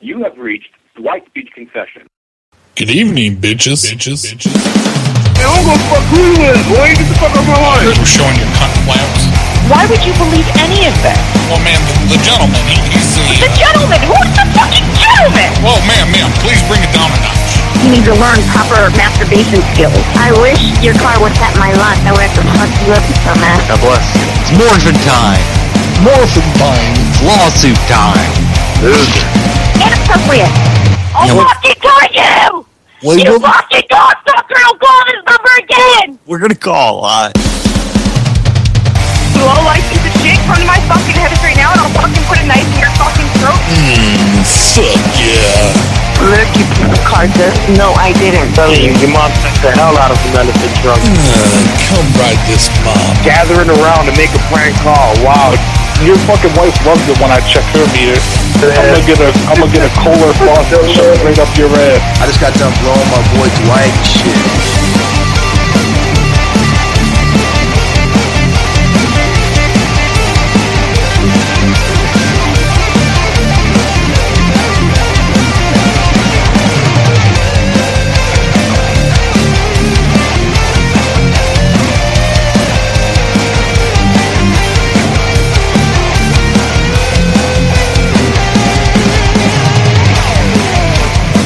You have reached Dwight Beach Confession. Good evening, bitches. Bitches. bitches. I don't go fuck who you is, boy. Get the fuck out of my life. We're showing your cunt flaps. Why would you believe any of this? Well, ma'am, the, the gentleman, he, he's The the... gentleman! Who's the fucking gentleman? Whoa, ma'am, ma'am, please bring it down a notch. You need to learn proper masturbation skills. I wish your car was at my lot. I would have to fuck you up so much. God bless. It's morphin' time. Morphin time. Lawsuit time. Inappropriate. I'll Yeah, what- fucking kill you! Well, you you'll- fucking cocksucker! I'll call this number again! We're gonna call. Uh, You all like piece of shit? Come to my fucking head right now and I'll fucking put a knife in your fucking throat. Fuck yeah. Look, you piece of carcass. No, I didn't. Telling you, your mom sent the hell out of him out of the drunk. Uh, come ride this mob. Gathering around to make a prank call. Wow. Your fucking wife loves it when I check her meter. I'm gonna get a I'm gonna get a Kohler faucet and shove it right up your ass. I just got done blowing my boy Dwight and shit.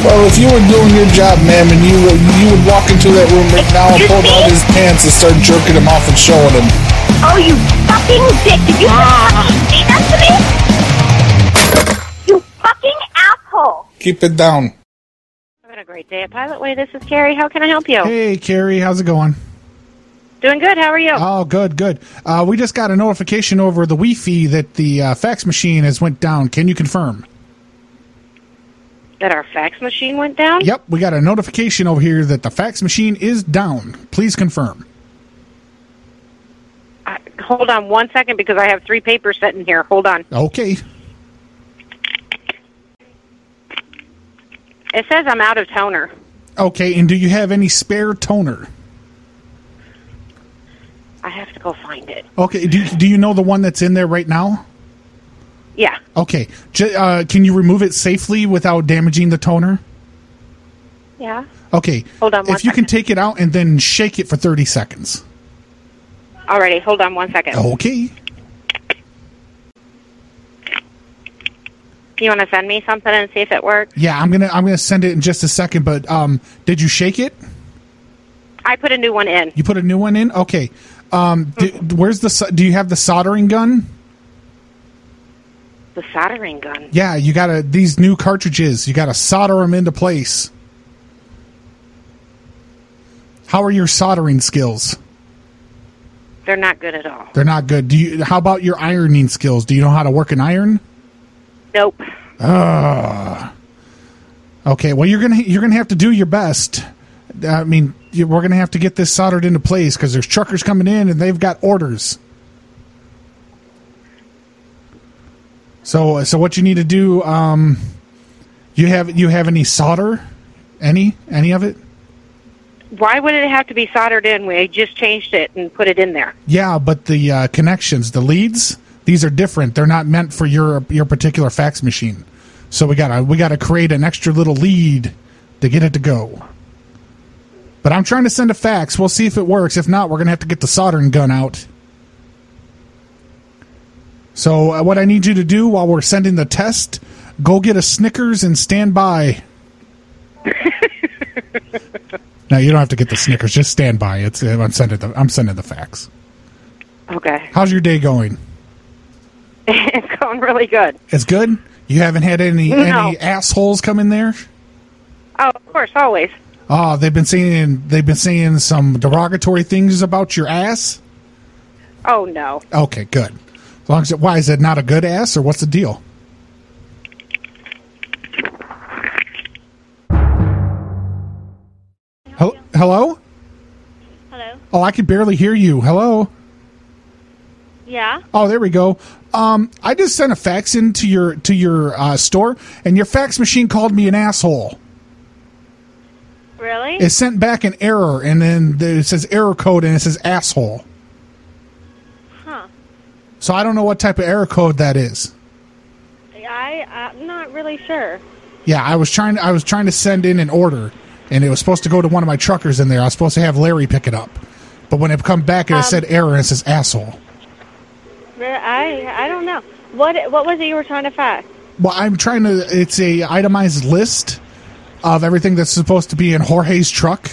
Well, if you were doing your job, ma'am, and you were, you would walk into that room right now and pull down his pants and start jerking him off and showing him. Oh, you fucking dick! Did you Ah. fucking say that to me? You fucking asshole! Keep it down. Having a great day at Pilot Way. This is Carrie. How can I help you? Hey, Carrie, how's it going? Doing good. How are you? Oh, good, good. Uh, we just got a notification over the Wi-Fi that the uh, fax machine has went down. Can you confirm? that our fax machine went down? Yep, we got a notification over here that the fax machine is down. Please confirm. I, hold on one second because I have three papers sitting here. Hold on. Okay. It says I'm out of toner. Okay, and do you have any spare toner? I have to go find it. Okay, do, do you know the one that's in there right now? Yeah. Okay, J- uh, can you remove it safely without damaging the toner? Yeah. Okay. Hold on one If you second. can take it out and then shake it for 30 seconds. Alrighty. Hold on one second. Okay. You want to send me something and see if it works? Yeah, I'm going to I'm going to send it in just a second, but um did you shake it? I put a new one in. You put a new one in? Okay. Um do, Mm-hmm. where's the so- do you have the soldering gun? The soldering gun. Yeah, you got to these new cartridges. You got to solder them into place. How are your soldering skills? They're not good at all. They're not good. Do you how about your ironing skills? Do you know how to work an iron? Nope. Okay, well you're gonna you're gonna have to do your best. I mean, you, we're gonna have to get this soldered into place because there's truckers coming in and they've got orders. So so what you need to do? Um, you have you have any solder? Any any of it? Why would it have to be soldered in? We just changed it and put it in there. Yeah, but the uh, connections, the leads, these are different. They're not meant for your your particular fax machine. So we gotta we gotta create an extra little lead to get it to go. But I'm trying to send a fax. We'll see if it works. If not, we're gonna have to get the soldering gun out. So uh, what I need you to do while we're sending the test, go get a Snickers and stand by. no, you don't have to get the Snickers. Just stand by. It's I'm sending the I'm sending the fax. Okay. How's your day going? it's going really good. It's good. You haven't had any No. any assholes come in there. Oh, of course, always. Oh, they've been saying they've been saying some derogatory things about your ass. Oh no. Okay, good. As long as it, why is it not a good ass or what's the deal? Hel- Hello? Hello. Oh, I can barely hear you. Hello. Yeah. Oh, there we go. Um, I just sent a fax into your to your uh, store, and your fax machine called me an asshole. Really? it sent back an error and then there- it says error code and it says asshole Huh. so i don't know what type of error code that is I I'm not really sure. Yeah, I was trying. I was trying to send in an order, and it was supposed to go to one of my truckers in there. I was supposed to have Larry pick it up, but when it come back, it Um, said error and it says asshole. I I don't know. What what was it you were trying to find? Well, I'm trying to. It's a itemized list of everything that's supposed to be in Jorge's truck.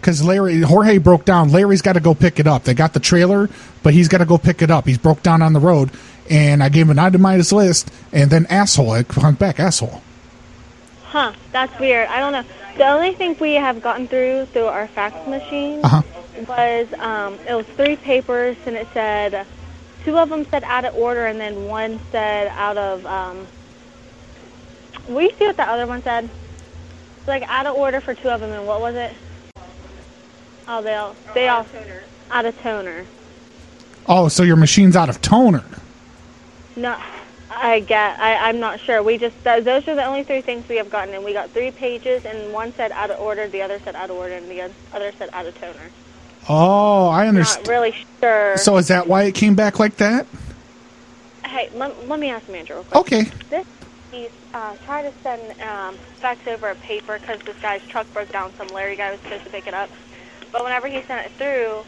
Because Larry Jorge broke down. Larry's got to go pick it up. They got the trailer, but he's got to go pick it up. He's broke down on the road, and I gave him an itemized list, and then asshole. It comes back asshole. Huh, that's weird. I don't know. The only thing we have gotten through through our fax machine Uh huh. was um, it was three papers, and it said two of them said out of order, and then one said out of. Um, will you see what the other one said? Like out of order for two of them, and what was it? Oh, they all they all out of toner. Oh, so your machine's out of toner. No, I get. I, I'm not sure. We just th- those are the only three things we have gotten, and we got three pages, and one said out of order, the other said out of order, and the other said out of toner. Oh, I Not understand. really sure. So is that why it came back like that? hey, let, let me ask the manager real quick. Okay. This he's uh, try to send um, fax over a paper because this guy's truck broke down. Some Larry guy was supposed to pick it up, but whenever he sent it through,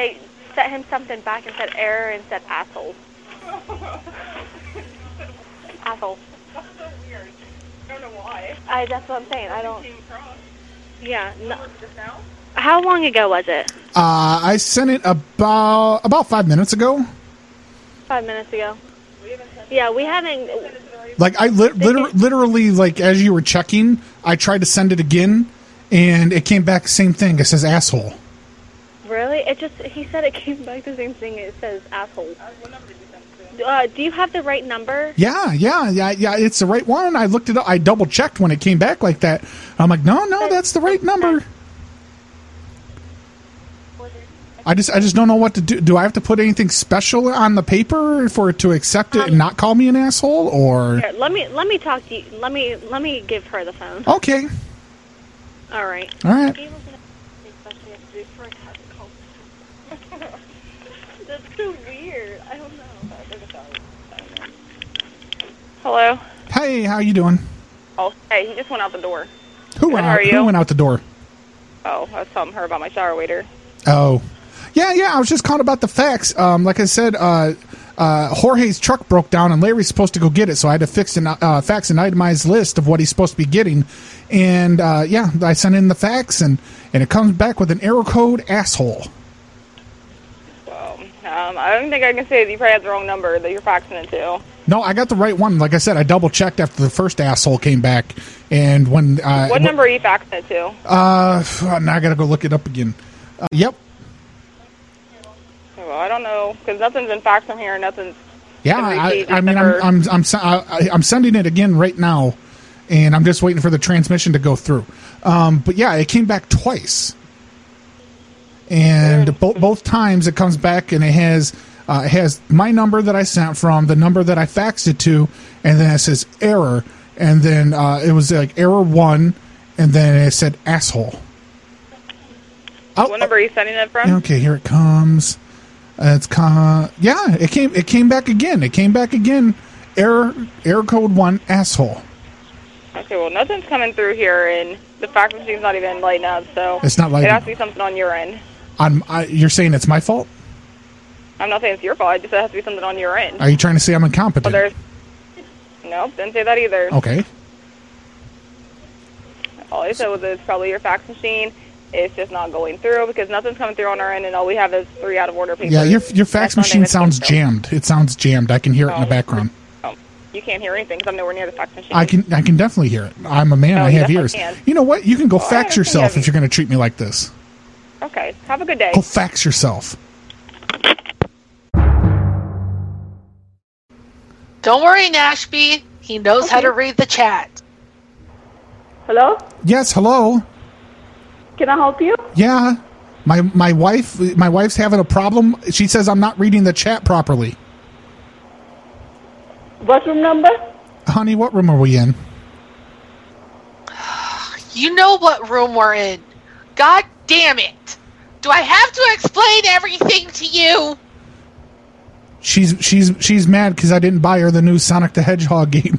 it sent him something back and said error and said asshole. asshole. I, that's what I'm saying. I don't. Yeah. No. How long ago was it? Uh, I sent it about about five minutes ago. Five minutes ago. Yeah, we haven't. Like I lit liter- literally, like as you were checking, I tried to send it again, and it came back same thing. It says asshole. Really? It just. He said it came back the same thing. It says asshole. Uh, do you have the right number? Yeah, yeah, yeah, yeah. It's the right one. I looked it up. I double checked when it came back like that. I'm like, no, no, that's the right number. I just, I just don't know what to do. Do I have to put anything special on the paper for it to accept Um, it and not call me an asshole, or Here, let me let me talk to you. Let me let me give her the phone. okay, All right. all right. That's so weird. I don't know. Hello. Hey, how you doing? Oh, hey, he just went out the door. Who went How out? are Who you? went out the door? Oh, I was telling her about my shower waiter. Oh, yeah, yeah. I was just calling about the facts. Um, like I said, uh, uh, Jorge's truck broke down, and Larry's supposed to go get it, so I had to fix an uh, fax an itemized list of what he's supposed to be getting. And uh, yeah, I sent in the fax, and and it comes back with an error code asshole. Um, I don't think I can say that you probably have the wrong number that you're faxing it to. No, I got the right one. Like I said, I double checked after the first asshole came back, and when uh, what number are you faxing it to? Uh, now I gotta go look it up again. Uh, yep, Well, I don't know, because nothing's been faxed from here. Nothing's. Yeah, Every I, page I is mean, never- I'm I'm I'm, se- I, I- I'm sending it again right now, and I'm just waiting for the transmission to go through. Um, but yeah, it came back twice, and both both times it comes back and it has uh, it has my number that I sent from the number that I faxed it to, and then it says error, and then uh, it was like error one, and then it said asshole. Oh, what number are you sending it from? Okay, here it comes. Uh, it's com- yeah, it came it came back again. It came back again. Error error code one asshole. Okay, well, nothing's coming through here, and the fax machine's not even lighting up, so. It's not lighting It has to be something on your end. I'm I, you're saying it's my fault? I'm not saying it's your fault. I just said it has to be something on your end. Are you trying to say I'm incompetent? Well, there's. Nope, didn't say that either. okay. All I said was it's probably your fax machine. It's just not going through because nothing's coming through on our end, and all we have is three out of order papers. Yeah, your your fax That's one thing machine that's sounds going jammed. It sounds jammed. I can hear it in the background. through. Oh, you can't hear anything because I'm nowhere near the fax machine. I can I can definitely hear it. I'm a man. Oh, I you have definitely ears. can. You know what? You can go Well, I fax understand yourself you if you're going to treat me like this. Okay. Have a good day. Go fax yourself. Don't worry, Nashby. He knows how to read the chat. Hello? Yes. Hello. Can I help you? Yeah. My my wife my wife's having a problem. She says I'm not reading the chat properly. What room number? Honey, what room are we in? You know what room we're in. God damn it. Do I have to explain everything to you? She's she's she's mad cuz I didn't buy her the new Sonic the Hedgehog game.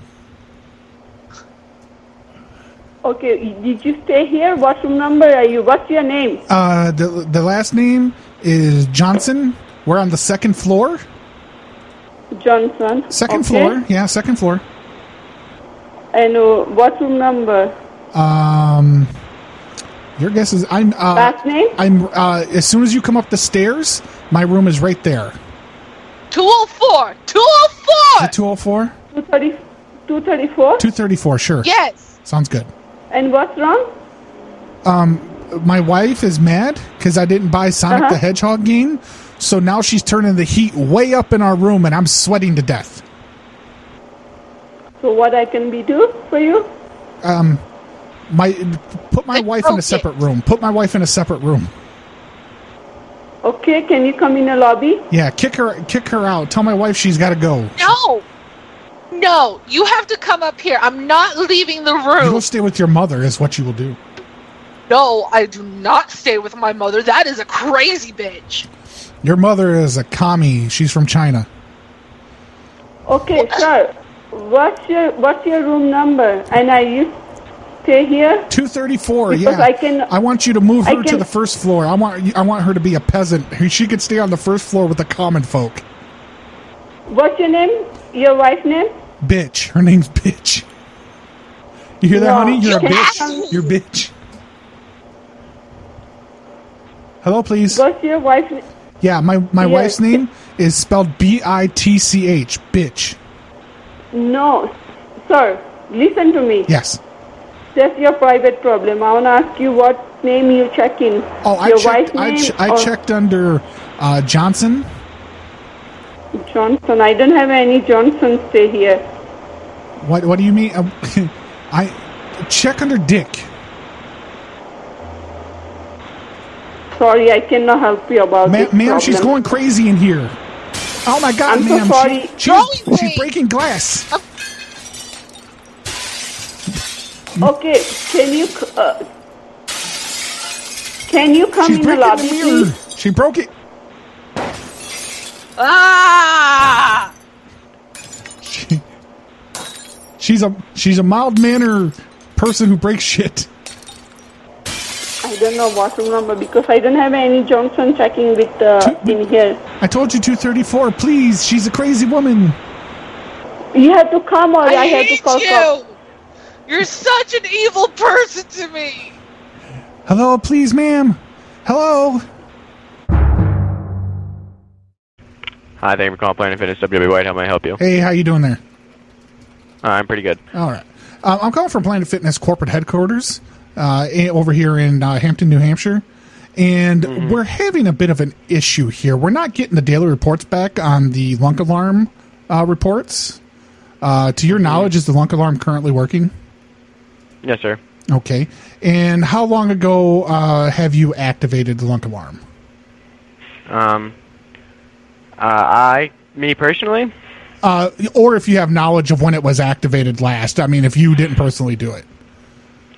Okay, did you stay here? What room number are you? What's your name? Uh, the the last name is Johnson. We're on the second floor. Johnson. Second Okay. floor. Yeah, second floor. And uh, what room number? Um, your guess is I'm. Uh, Last name? I'm. Uh, as soon as you come up the stairs, my room is right there. 204. 204. Two hundred four. 230, 234? Two thirty four. Sure. Yes. Sounds good. And what's wrong? Um, my wife is mad because I didn't buy Sonic Uh-huh. the Hedgehog game, so now she's turning the heat way up in our room, and I'm sweating to death. So what I can be do for you? Um, my put my wife in a separate room. Put my wife in a separate room. Okay, can you come in the lobby? Yeah, kick her, kick her out. Tell my wife she's got to go. No. No. You have to come up here. I'm not leaving the You room. will stay with your mother, is what you will do. No, I do not stay with my mother. That is a crazy bitch. Your mother is a commie. She's from China. Okay, sir. What's your what's your room number? And are you stay here? Two thirty four. Because Yeah, I can- I want you to move I her to can- the first floor. I want. I want her to be a peasant. She could stay on the first floor with the common folk. What's your name? Your wife name? Bitch. Her name's bitch. You hear that, No. honey? You're a Can I bitch. come- You're bitch. Hello, please. What's your wife? na- Yeah, my my Yeah. wife's name is spelled B I T C H. Bitch. No, sir. Listen to me. Yes. That's your private problem. I want to ask you what name you check in. Oh, I your checked. wife I, name ch- I or checked under uh, Johnson. Johnson. I don't have any Johnson stay here. What What do you mean? Um, I check under Dick. Sorry, I cannot help you about Ma- this ma'am, she's problem. going crazy in here. Oh my God, I'm so ma'am! sorry. She, she's, she's breaking glass. Okay, can you c- uh, can you come She's in the breaking lobby, the mirror. please? She broke it. Ah! She's a she's a mild manner person who breaks shit. I don't know what room number because I don't have any Johnson checking with uh, in here. I told you two thirty four. Please, she's a crazy woman. You have to come or I, I, have hate to call you. You're such an evil person to me. Hello, please, ma'am. Hello. Hi, thank you for calling Planet Fitness. W. White, how may I help you? Hey, how you doing there? Uh, I'm pretty good. All right. Um, I'm calling from Planet Fitness corporate headquarters uh, in- over here in uh, Hampton, New Hampshire. And we're having a bit of an issue here. We're not getting the daily reports back on the lunk alarm uh, reports. Uh, to your knowledge, is the lunk alarm currently working? Yes, sir. Okay. And how long ago uh, have you activated the lunk alarm? Um, uh, I, me personally, Uh, or if you have knowledge of when it was activated last. I mean, if you didn't personally do it.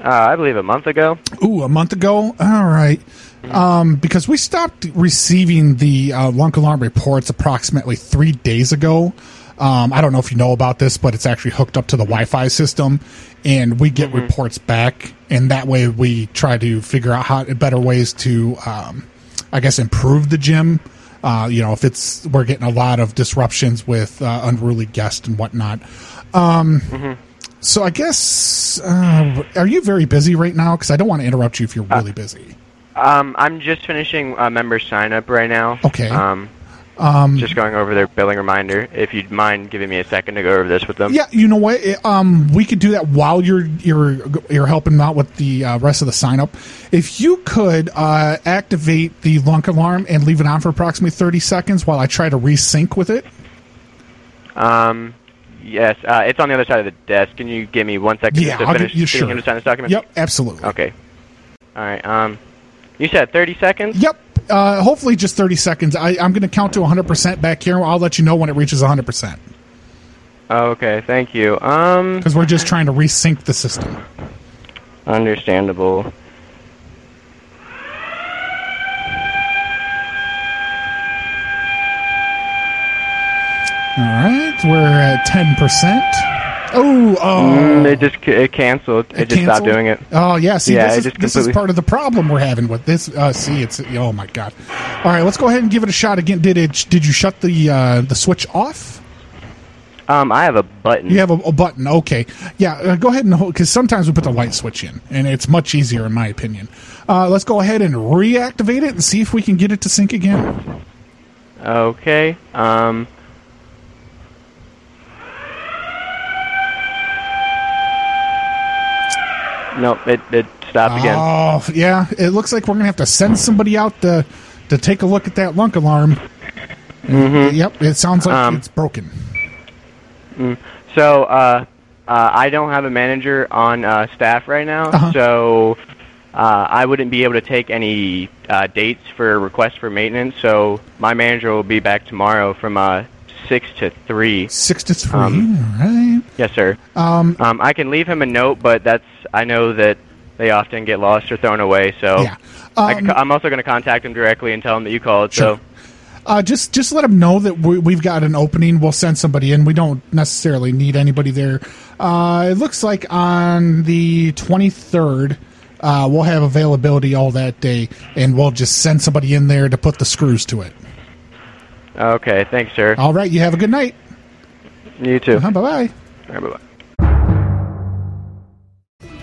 uh, I believe a month ago. Ooh, a month ago. All right. Um, because we stopped receiving the uh, lunk alarm reports approximately three days ago. Um, I don't know if you know about this, but it's actually hooked up to the Wi-Fi system, and we get reports back, and that way we try to figure out how better ways to, um, I guess, improve the gym. Uh, you know, if it's we're getting a lot of disruptions with uh, unruly guests and whatnot. Um, Mm-hmm. so I guess uh, are you very busy right now? Because I don't want to interrupt you if you're Uh, really busy. Um, I'm just finishing a member sign up right now. Okay. Um, Um, just going over their billing reminder. If you'd mind giving me a second to go over this with them. yeah, you know what? It- um, we could do that while you're you're you're helping them out with the uh, rest of the sign up. If you could uh, activate the lunk alarm and leave it on for approximately thirty seconds while I try to resync with it. Um, yes. Uh, it's on the other side of the desk. Can you give me one second Yeah, to I'll finish give you- getting sure. him to sign this document? Yep, absolutely. Okay. All right. Um, you said 30 seconds. Yep. Uh, hopefully, just thirty seconds. I, I'm going to count to 100 percent back here. I'll let you know when it reaches 100 percent Okay. Thank you. Um, because we're just trying to resync the system. understandable. All right, we're at ten percent. Oh, oh. Mm, it just c- it canceled. It, just stopped canceled? doing it. Oh yeah, see, yeah, this, it is, just this completely. is part of the problem we're having with this. Uh, see, it's oh my god. All right, let's go ahead and give it a shot again. Did it? Did you shut the uh, the switch off? um, I have a button. You have a, a button. Okay, yeah. Uh, go ahead and hold because sometimes we put the light switch in, and it's much easier in my opinion. Uh, let's go ahead and reactivate it and see if we can get it to sync again. Okay. Um. Nope, it, it stopped again. Oh yeah, it looks like we're gonna have to send somebody out to to take a look at that lunk alarm. Mhm. Yep, it sounds like Um, it's broken. Mm. So, uh, uh, I don't have a manager on uh, staff right now, Uh-huh. so uh, I wouldn't be able to take any uh, dates for requests for maintenance. So, my manager will be back tomorrow from uh, six to three. Six to three. Um, all right. Yes, sir. Um, Um, I can leave him a note, but that's I know that they often get lost or thrown away. So, I, Um, am also going to contact him directly and tell him that you called. Sure. So, Uh, just just let them know that we, we've got an opening. We'll send somebody in. We don't necessarily need anybody there. Uh, it looks like on the 23rd, uh, we'll have availability all that day, and we'll just send somebody in there to put the screws to it. okay, thanks, sir. All Uh-huh. right, you have a good night. You too. Bye bye. All right, bye-bye.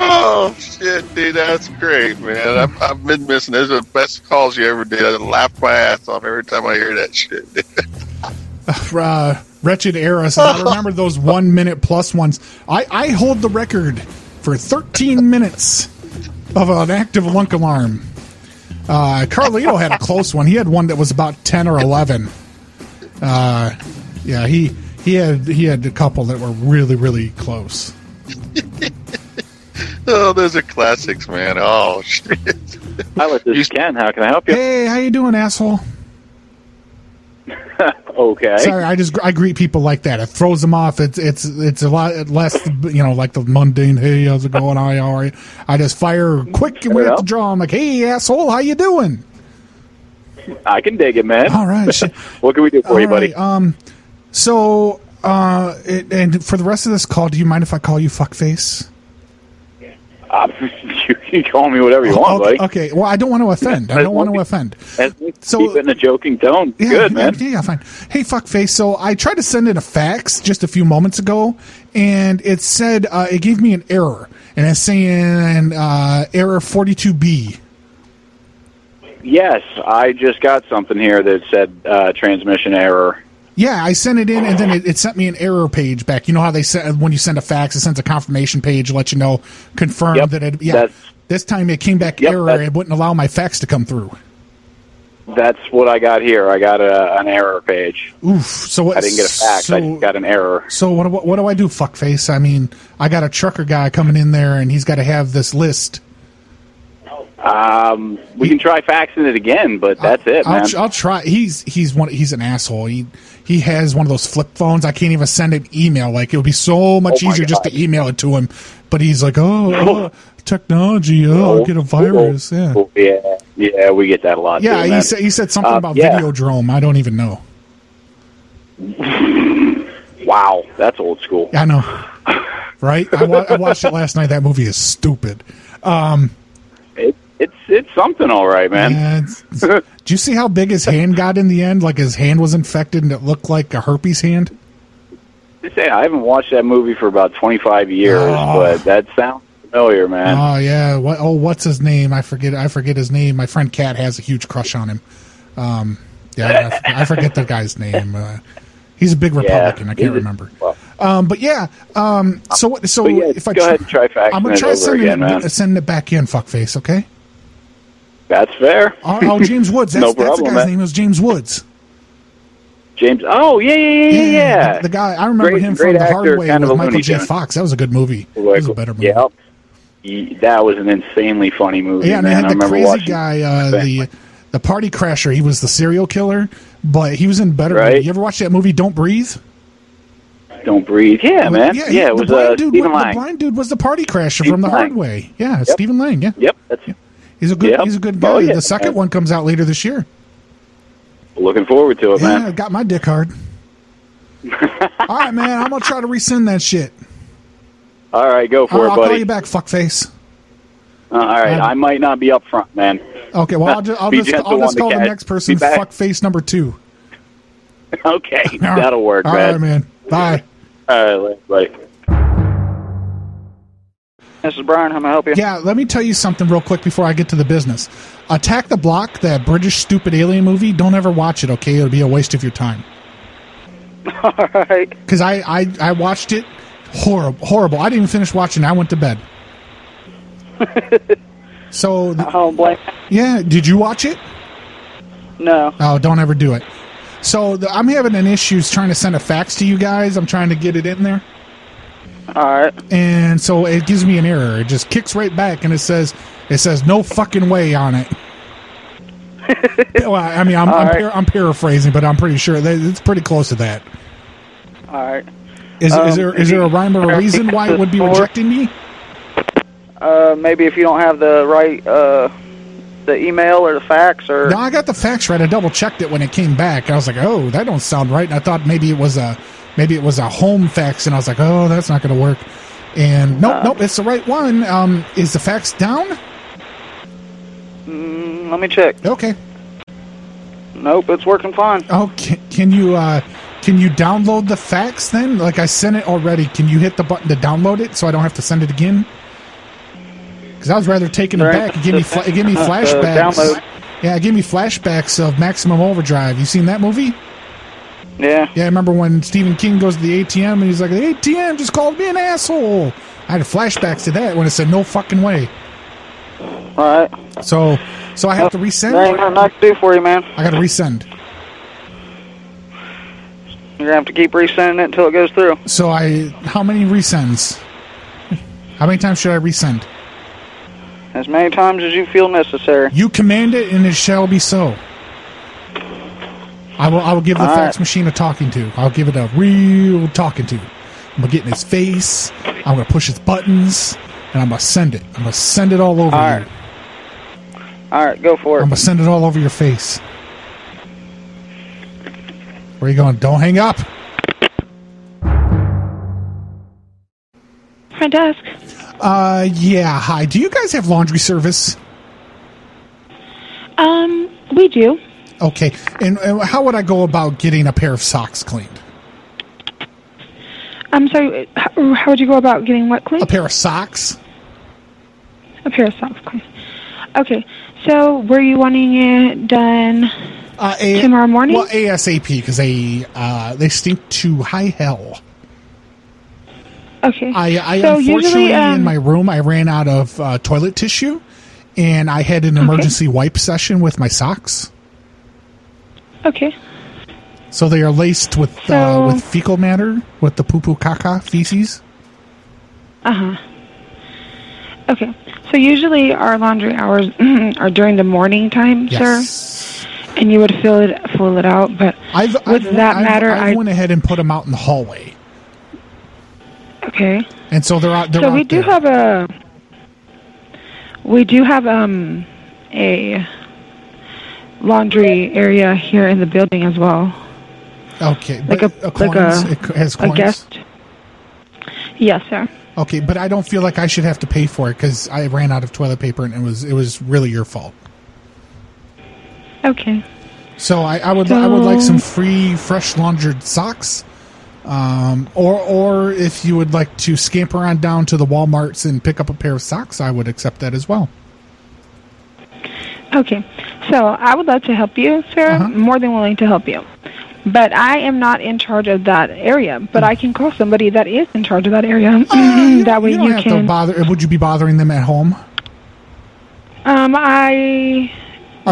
Oh shit, dude, that's great, man. I've, I've been missing. Those are the best calls you ever did. I laugh my ass off every time I hear that shit. dude. Uh, Wretched Era says, I remember those one minute plus ones. I, I hold the record for 13 minutes of an active lunk alarm. Uh, Carlito had a close one. He had one that was about 10 or 11. Uh, yeah, he he had he had a couple that were really really close. oh, those are classics, man. Oh shit. Hi, this is Ken. How can I help you? Hey, how you doing, asshole? okay. Sorry, I just I greet people like that. It throws them off. It's it's it's a lot less, you know, like the mundane. Hey, how's it going? How are you? I just fire quick and we have to draw. I'm like, hey, asshole, how you doing? I can dig it, man. All right. what can we do for you, All buddy? right, um, so uh, it, and for the rest of this call, do you mind if I call you fuckface? Uh, you can call me whatever you want, Oh, okay, buddy. okay. Well, I don't want to offend. I don't want to offend. So, Keep it in a joking tone. Yeah, Good, yeah, man. Yeah, yeah, fine. Hey, fuckface. So I tried to send in a fax just a few moments ago, and it said uh, it gave me an error, and it's saying uh, error forty two B. Yes, I just got something here that said uh, transmission error. Yeah, I sent it in, and then it, it sent me an error page back. You know how they send when you send a fax, it sends a confirmation page, let you know, confirm that it. Yeah, this time it came back error. It wouldn't allow my fax to come through. That's what I got here. I got a, an error page. Oof. So what? I didn't get a fax. so- I just got an error. So what, do- what do I do, fuckface? I mean, I got a trucker guy coming in there, and he's got to have this list. Um, we can try faxing it again, but that's it, I'll, man. tr- I'll try. He's he's one. He's an asshole. He he has one of those flip phones. I can't even send him email. Like it would be so much Oh my easier just to email it to him. But he's like, oh, oh, technology. Oh, I'll get a virus. Yeah. yeah, yeah, we get that a lot. Yeah, too, he man. said, he said something Uh, about yeah. Videodrome. I don't even know. Wow, that's old school. I know. Right? I, wa- I watched it last night. That movie is stupid. Um, It, it's it's something, all right, man. yeah, it's- it's- do you see how big his hand got in the end? Like his hand was infected and it looked like a herpes hand? Just say I haven't watched that movie for about twenty five years, but that sounds familiar, man. Oh yeah. What, oh, what's his name? I forget. I forget his name. My friend Kat has a huge crush on him. Um, yeah, I, forget, I forget the guy's name. Uh, he's a big Republican. I he's can't a- remember. Um, but yeah. Um, so what- so But yeah, if I go ahead and try faxing I'm gonna it try over sending again, it, man. sending it back in. Fuckface. Okay. That's fair. Oh, oh, James Woods. That's, no that's problem, the guy's man. name. It was James Woods. James. Oh yeah, yeah, yeah, yeah. yeah. The, the guy I remember Great- him from great The actor, Hard Way kind of with a Michael Looney J. Tune. Fox. That was a good movie. Like, Yeah. Ye- That was an insanely funny movie, Yeah, and they man. had I the remember crazy watching. guy, uh, the the party crasher. He was the serial killer, but he was in better. Right. You ever watch that movie? Don't breathe. Don't breathe. Yeah, man. Yeah, he- it was the blind uh, dude. Stephen wa- the Lang. blind dude was the party crasher Stephen from the Hard Lang. Way. Yeah, Stephen Lang. Yeah. Yep. That's, He's a good. Yep. He's a good guy. Oh, yeah, the second man. one comes out later this year. Looking forward to it, Yeah, Oh, man. got my dick hard. All right, man. I'm gonna try to resend that shit. All right, go for I'll, it, I'll buddy. call you back, fuckface. Uh, all right, I might not be up front, man. Okay, well, I'll just, I'll Be just, I'll gentle just on call the cat. next person Be back. fuckface number two. Okay, that'll work, All man. right, man. Bye. All right, buddy. This is Brian. How may I help you? Yeah, let me tell you something real quick before I get to the business. Attack the Block, that British stupid alien movie, don't ever watch it, okay? It'll be a waste of your time. Alright. Because I, I, I watched it horrible. horrible. I didn't even finish watching it. I went to bed. so. I don't blame Yeah, did you watch it? No. Oh, don't ever do it. So the, I'm having an issues trying to send a fax to you guys. I'm trying to get it in there. All right. And so it gives me an error. It just kicks right back and it says it says no fucking way on it. well, I mean, I'm I'm, Alright. par- I'm paraphrasing, but I'm pretty sure that it's pretty close to that. All right. Is, Um, is there is there a rhyme or a reason why it would be rejecting me? Uh, maybe if you don't have the right uh, the email or the fax or No, I got the facts right. I double checked it when it came back. I was like, oh, that don't sound right. And I thought maybe it was a maybe it was a home fax, and I was like, oh, that's not going to work. And Uh. nope, nope, it's the right one. Um, is the fax down? Mm, let me check. Okay. Nope, it's working fine. Oh, can, can you uh, can you download the fax then? Like I sent it already. Can you hit the button to download it so I don't have to send it again? Because I was rather taken Right. aback. It gave me fla- it gave me Uh, flashbacks. download. yeah, it gave me flashbacks of Maximum Overdrive. You seen that movie? Yeah. Yeah, I remember when Stephen King goes to the ATM and he's like, "The ATM just called me an asshole." I had flashbacks to that when it said, "No fucking way." All right. So, so I have to resend. There ain't nothing I can do for you, man. I got to resend. You're gonna have to keep resending it until it goes through. So I, how many resends? How many times should I resend? As many times as you feel necessary. You command it, and it shall be so. I will. I will give the All fax right. machine a talking to. I'll give it a real talking to. I'm gonna get in his face. I'm gonna push his buttons, and I'm gonna send it. I'm gonna send it all over you. All right, go for it. I'm gonna send it all over your face. Where are you going? Don't hang up. Front desk. Uh, yeah. Hi. Do you guys have laundry service? Um, we do. Okay. And, and how would I go about getting a pair of socks cleaned? I'm sorry. h- How would you go about getting what clean? A pair of socks. A pair of socks clean. Okay. So, were you wanting it done uh, a, tomorrow morning? Well, ASAP because they uh, they stink to high hell. okay. I, I so unfortunately usually, um, in my room I ran out of uh, toilet tissue, and I had an emergency wipe session with my socks, okay. so they are laced with uh, with fecal matter, with the poo poo caca feces. Uh huh. Okay. So usually our laundry hours are during the morning time, sir. And you would fill it, fill it out. But I've, with I've- that I've- matter, I I went ahead and put them out in the hallway, okay. and so they're out. They're so out we do there. have a we do have um a laundry area here in the building as well Okay, like but a- a like coins, a- it c- has a coins. guest. yes sir Okay, but I don't feel like I should have to pay for it because I ran out of toilet paper and it was it was really your fault. okay So I, I would I would So- like some free fresh laundered socks, um, or or if you would like to scamper on down to the WalMarts and pick up a pair of socks, I would accept that as well. okay so i would love to help you sir Uh-huh. more than willing to help you but i am not in charge of that area but i can call somebody that is in charge of that area Mm, that way Hmm. Uh, you you, don't have can to bother. uh, Would you be bothering them at home? Um, I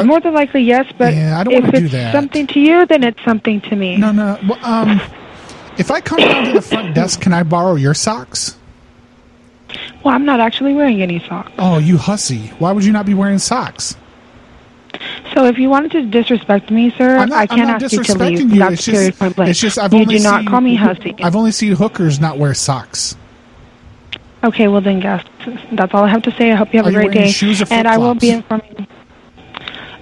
more than likely yes, but Uh, Yeah, I don't if wanna it's do that. something to you, then it's something to me. No, no. Well, um, if I come down to the front desk, can I borrow your socks? Well, I'm not actually wearing any socks. Oh, you hussy! Why would you not be wearing socks? So if you wanted to disrespect me, sir, I'm not, I can't am not ask you to disrespecting leave. you. That's It's just, point blank. it's just I've you only do not seen- call me hussy. I've only seen hookers not wear socks. Okay, well then, guys, that's all I have to say. I hope you have Are a you great wearing day, shoes or and I will flip-flops? be informing.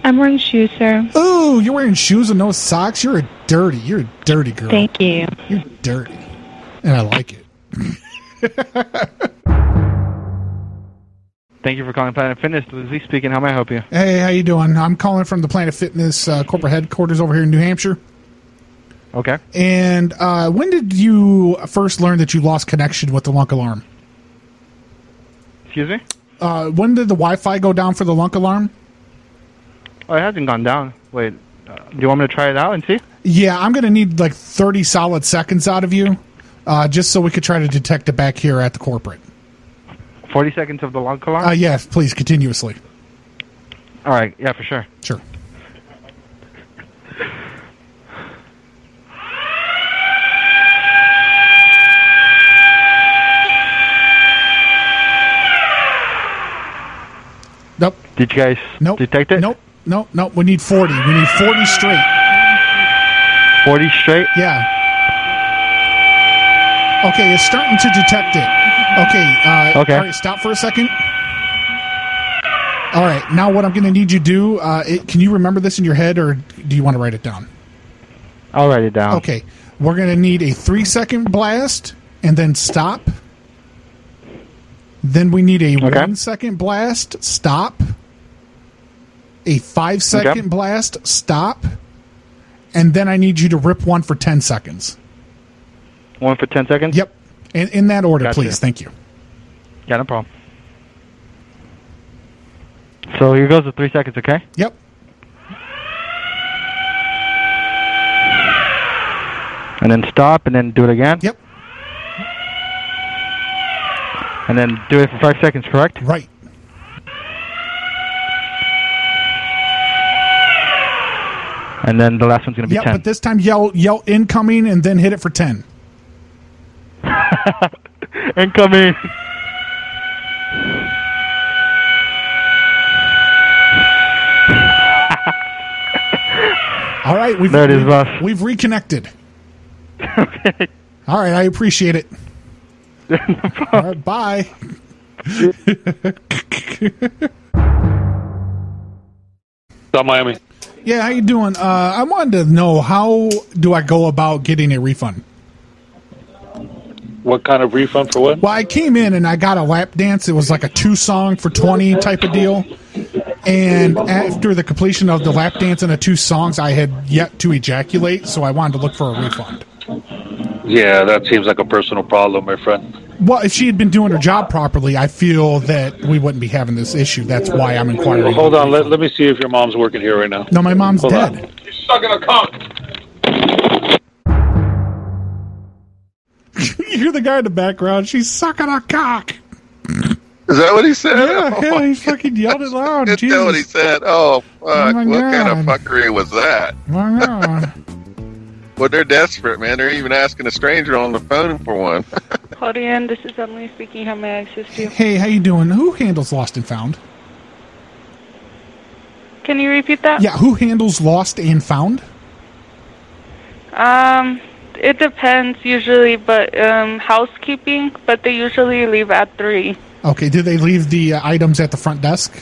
I'm wearing shoes, sir. Ooh, you're wearing shoes and no socks. You're a dirty. You're a dirty girl. Thank you. You're dirty, and I like it. Thank you for calling Planet Fitness. Lizzie speaking. How may I help you? Hey, how you doing? I'm calling from the Planet Fitness uh, corporate headquarters over here in New Hampshire. Okay. And uh, when did you first learn that you lost connection with the lunk alarm? Excuse me? Uh, when did the Wi-Fi go down for the lunk alarm? Oh, it hasn't gone down. Wait, uh, do you want me to try it out and see? Yeah, I'm going to need like 30 solid seconds out of you, uh, just so we could try to detect it back here at the corporate. 40 seconds of the lunk alarm? Uh, yes, please continuously. All right. Yeah, for sure. Sure. Nope. Did you guys nope. detect it? Nope. Nope. Nope. We need 40. We need 40 straight. 40 straight? Yeah. Okay, it's starting to detect it. Okay. Uh, Okay. All right, stop for a second. All right. Now, what I'm going to need you to do, uh, it, can you remember this in your head or do you want to write it down? I'll write it down. Okay. We're going to need a three second blast and then stop. Then we need a one second blast, stop. A five second Okay. blast, stop. And then I need you to rip one for 10 seconds. One for 10 seconds? Yep. In, in that order, Gotcha. please. Thank you. Yeah, no problem. So here goes the three seconds, okay? Yep. And then stop and then do it again? Yep. And then do it for five seconds, correct? Right. And then the last one's going to be Yep, 10. but this time yell yell incoming and then hit it for 10. Incoming. All right, we've There it is, we've- boss. We've reconnected. All right, I appreciate it. All right, bye. Stop Miami. yeah, how you doing? Uh, I wanted to know how do I go about getting a refund? What kind of refund for what? Well, I came in and I got a lap dance. It was like a two song for 20 type of deal. And after the completion of the lap dance and the two songs, I had yet to ejaculate, so I wanted to look for a refund. Yeah, that seems like a personal problem, my friend. Well, if she had been doing her job properly, I feel that we wouldn't be having this issue. That's why I'm Well, inquiring. hold on. Let, let me see if your mom's working here right now. No, my mom's Hold dead. on. you hear the guy in the background. She's sucking a cock. Is that what he said? Yeah, Oh, yeah, my he fucking yelled it loud. Is that what he Jesus. said? Oh, fuck. my what kind of God. fuckery was that? My God. Well, they're desperate, man. They're even asking a stranger on the phone for one. Claudian, this is Emily speaking. How may I assist you? Hey, how you doing? Who handles Lost and Found? Can you repeat that? Yeah, who handles Lost and Found? Um, it depends usually, but um, housekeeping. But they usually leave at three. Okay, do they leave the uh, items at the front desk?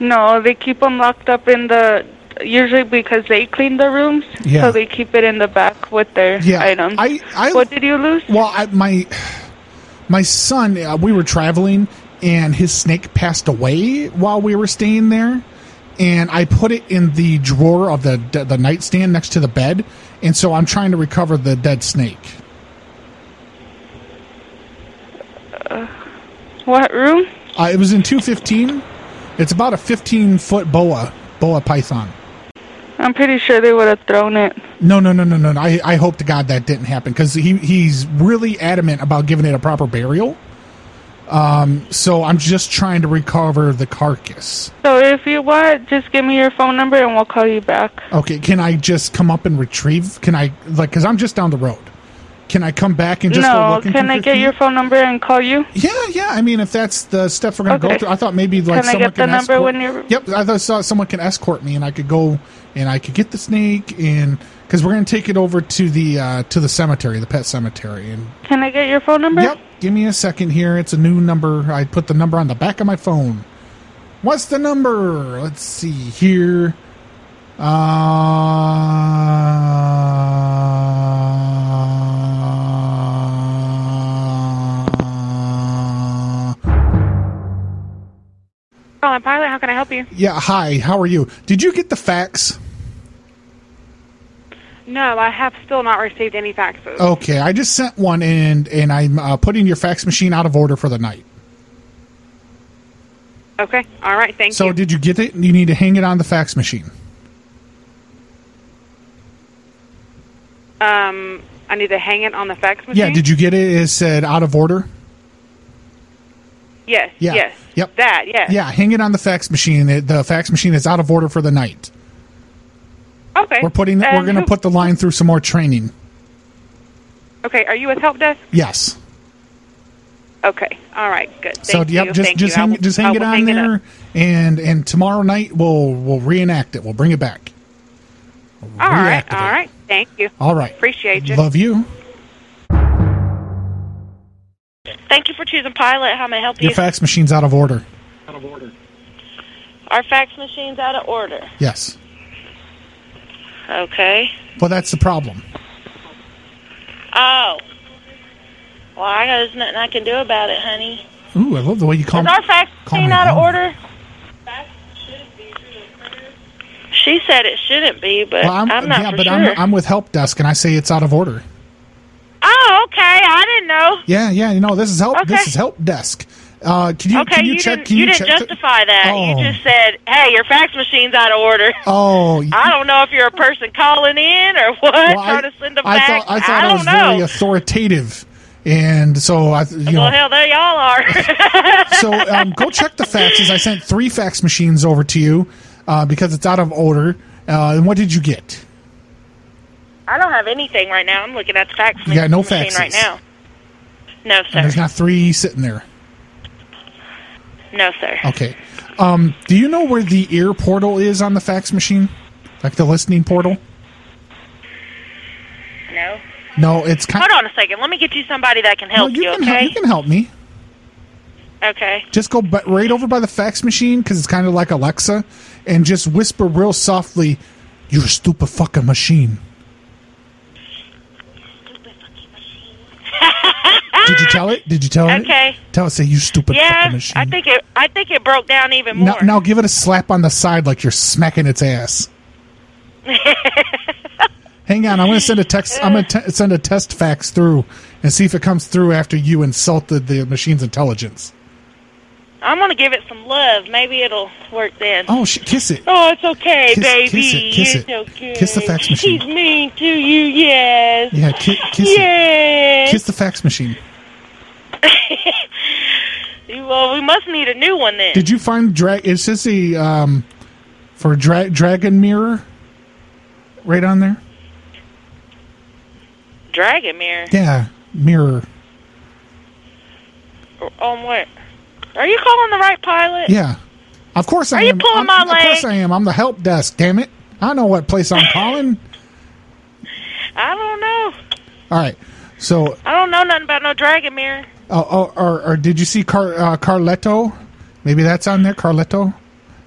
No, they keep them locked up in the usually because they clean the rooms, Yeah. so they keep it in the back with their Yeah, items. I, I, what did you lose? Well, I, my my son, uh, we were traveling, and his snake passed away while we were staying there, and I put it in the drawer of the the, the nightstand next to the bed, and so I'm trying to recover the dead snake. Uh, What room? Uh, it was in 215. It's about a 15 foot boa boa python. I'm pretty sure they would have thrown it. No, no, no, no, no. no. I, I hope to God that didn't happen because he, he's really adamant about giving it a proper burial. Um, so I'm just trying to recover the carcass. So if you want, just give me your phone number and we'll call you back. Okay, can I just come up and retrieve? Can I like because I'm just down the road? Can I come back and just go no, looking? can I get your phone number and call you? Yeah, yeah. I mean, if that's the steps we're gonna go Okay. through, I thought maybe like Can I someone get the can number escort- when you're- Yep, I thought saw someone can escort me, and I could go and I could get the snake, and because we're gonna take it over to the uh, to the cemetery, the pet cemetery, and Can I get your phone number? Yep. Give me a second here. It's a new number. I put the number on the back of my phone. What's the number? Let's see here. Uh, Hotline Pilot. How can I help you? Yeah, hi, how are you? Did you get the fax? No, I have still not received any faxes. Okay, I just sent one and and I'm uh, putting your fax machine out of order for the night. Okay. All right. Thank so you. did you get it? You need to hang it on the fax machine. Um, I need to hang it on the fax machine. Yeah, did you get it? It said out of order. Yes. Yeah. Yes. Yep. That. Yes. Yeah, hang it on the fax machine. It- The fax machine is out of order for the night. Okay. We're putting. And we're going to who- put the line through some more training. Okay. Are you with help desk? Yes. Okay. All right. Good. so Thank yep, you. just Thank you. just I hang will- just I hang it will on hang there, up. and and tomorrow night we'll we'll reenact it. We'll bring it back. All right. reactivate. All right. Thank you. All right. Appreciate you. Love you. Thank you for choosing Pilot. How may I help you? Your fax machine's out of order. Out of order. Our fax machine's out of order. Yes. Okay. Well, that's the problem. Oh. Well, I there's nothing I can do about it, honey. Ooh, I love the way you call Is our fax call machine me out of mom. order? She said it shouldn't be, but Well, I'm, not yeah, for but sure. I'm I'm with help desk, and I say it's out of order. oh, okay. I didn't know. Yeah, yeah. You know, this is help. This Okay. is help desk. Uh, can you Okay, can you, you, check? didn't, Can you, you, didn't check? the- justify that. Oh. You just said, "Hey, your fax machine's out of order." oh, I don't know if you're a person calling in or what, Well, I- trying to send a I fax. thought I thought I, don't was know. very authoritative, and so I th- you well, know. hell, there y'all are. so um, go check the faxes. I sent three fax machines over to you uh, because it's out of order. Uh, and what did you get? I don't have anything right now. I'm looking at the fax You got no machine faxes. right now. No, And sir. there's not three sitting there. No, sir. Okay. Um, do you know where the ear portal is on the fax machine? Like the listening portal? No. No, it's kind. Hold on a second. Let me get you somebody that can No, help you you, can help, okay? you can help me. okay. Just go b- right over by the fax machine because it's kind of like Alexa, and just whisper real softly, "You're a stupid fucking machine." Did you tell it? Did you tell it? Okay. Tell it. Say you stupid yeah, fucking machine. I think it. I think it broke down even more. Now, now give it a slap on the side like you're smacking its ass. Hang on, I'm going to send a text. I'm going to te- send a test fax through and see if it comes through after you insulted the machine's intelligence. I'm gonna give it some love. Maybe it'll work then. Oh, sh- kiss it. Oh, it's okay, Kiss- baby. kiss it, kiss You're it. so good. Kiss the fax machine. She's mean to you. Yes. Yeah, ki- kiss yes. it. Kiss the fax machine. You- well, we must need a new one then. Did you find drag? Is this the um for dra- dragon mirror? Right on there. Dragon mirror. Yeah, mirror. On what? Are you calling the right pilot? Yeah. Of course I Are you am. pulling I'm- my Of course leg? I am. I'm the help desk. Damn it! I know what place I'm calling. I don't know. All right. So I don't know nothing about no dragon mirror. Oh, oh, or, or did you see Car, uh, Carletto? Maybe that's on there, Carletto.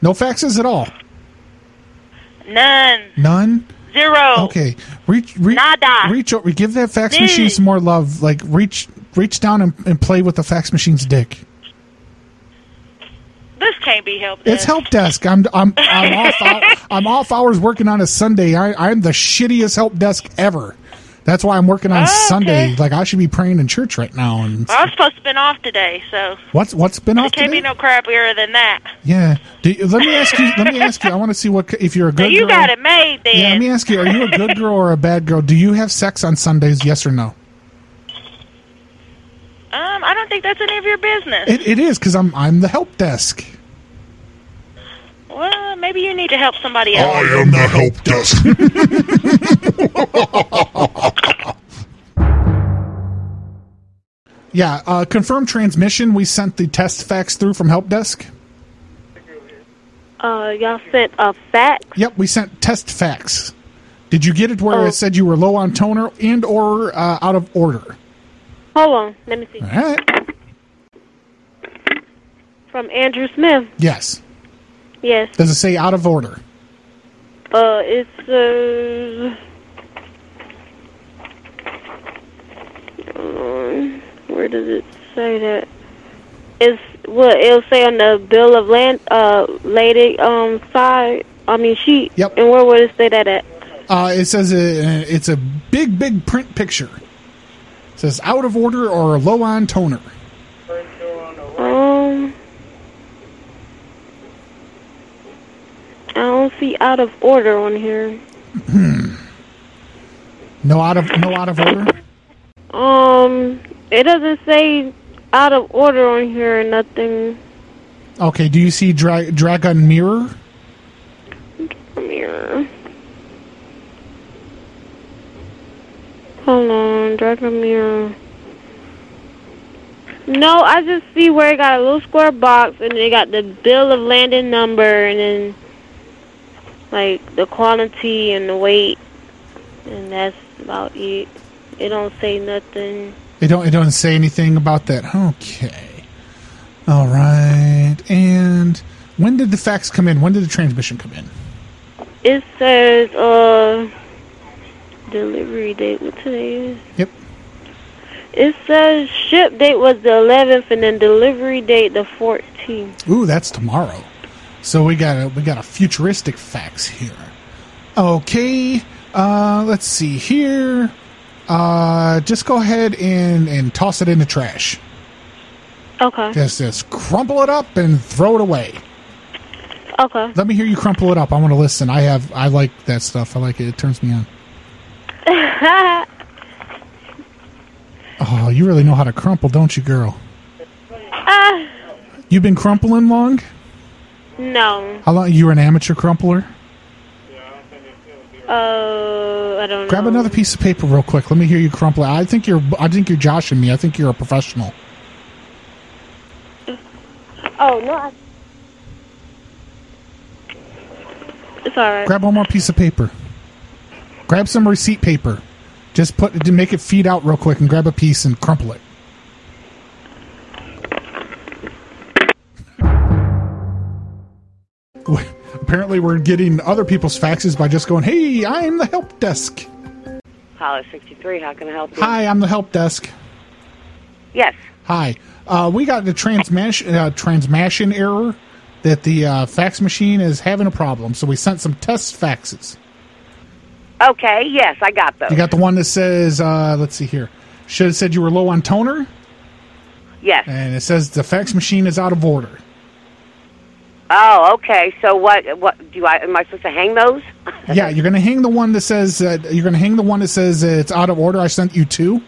No faxes at all. None. None. Zero. Okay. Reach. Re- Nada. Reach. o- Give that fax Dude. machine some more love. Like reach. Reach down and, and play with the fax machine's dick. This can't be helped. It's help desk. I'm. I'm. I'm off. hou- I'm off hours working on a Sunday. I, I'm the shittiest help desk ever. That's why I'm working Oh, on Sunday. Like I should be praying in church right now. And I was supposed to been off today, so what's what's been it off? can't today? be no crappier than that. Yeah. Do you, let me ask you. Let me ask you. I want to see what if you're a So good. you girl, got it made then. Yeah, let me ask you: Are you a good girl or a bad girl? Do you have sex on Sundays? Yes or no? Um, I don't think that's any of your business. It, it is because I'm I'm the help desk. well, maybe you need to help somebody else. am the help desk. yeah, uh, confirm transmission. We sent the test fax through from help desk. Uh, y'all sent a fax. Yep, we sent test fax. Did you get it where Oh. it said you were low on toner and or uh, out of order? Hold on, let me see. All right. From Andrew Smith. Yes. Yes. Does it say out of order? Uh, it says. Um, where does it say that? It's what it'll say on the bill of land, uh, lady, um, side, I mean sheet. Yep. And where would it say that at? Uh, it says uh it's a big, big print picture. It says out of order or low on toner. Um, I don't see out of order on here. No out of no out of order. Um, it doesn't say out of order on here or nothing. Okay. Do you see dra- dragon mirror? Come here. Hold on, Dragon Mirror. No, I just see where it got a little square box and it got the bill of landing number and then like the quantity and the weight and that's about it. It don't say nothing. It don't it don't say anything about that. Okay. All right. And when did the fax come in? When did the transmission come in? It says uh delivery date what today is. Yep. It says ship date was the 11th and then delivery date the 14th. Ooh, that's tomorrow. So we got a we got a futuristic fax here. Okay, uh, let's see here. Uh, just go ahead and and toss it in the trash. Okay. Just just crumple it up and throw it away. Okay. Let me hear you crumple it up. I want to listen. I have I like that stuff. I like it. It turns me on. I Oh, you really know how to crumple, don't you, girl? You've been crumpling long. no. How long? You were an amateur crumpler. Uh, I don't Grab know. another piece of paper real quick. Let me hear you crumple. it. I think you're. I think you're joshing me. I think you're a professional. Oh no. I... It's all right. Grab one more piece of paper. Grab some receipt paper. Just put to make it feed out real quick and grab a piece and crumple it. W- Apparently, we're getting other people's faxes by just going, "Hey, I'm the help desk. Pilot 63, how can I help you? Hi, I'm the help desk. Yes. Hi. Uh, we got the transmission uh, transmission error that the uh, fax machine is having a problem, so we sent some test faxes." Okay, yes, I got those. You got the one that says, uh, let's see here. Should have said you were low on toner, yes. and it says the fax machine is out of order. Oh, okay. So what what do I am I supposed to hang those? yeah, you're going to hang the one that says uh, you're going to hang the one that says uh, it's out of order. I sent you two.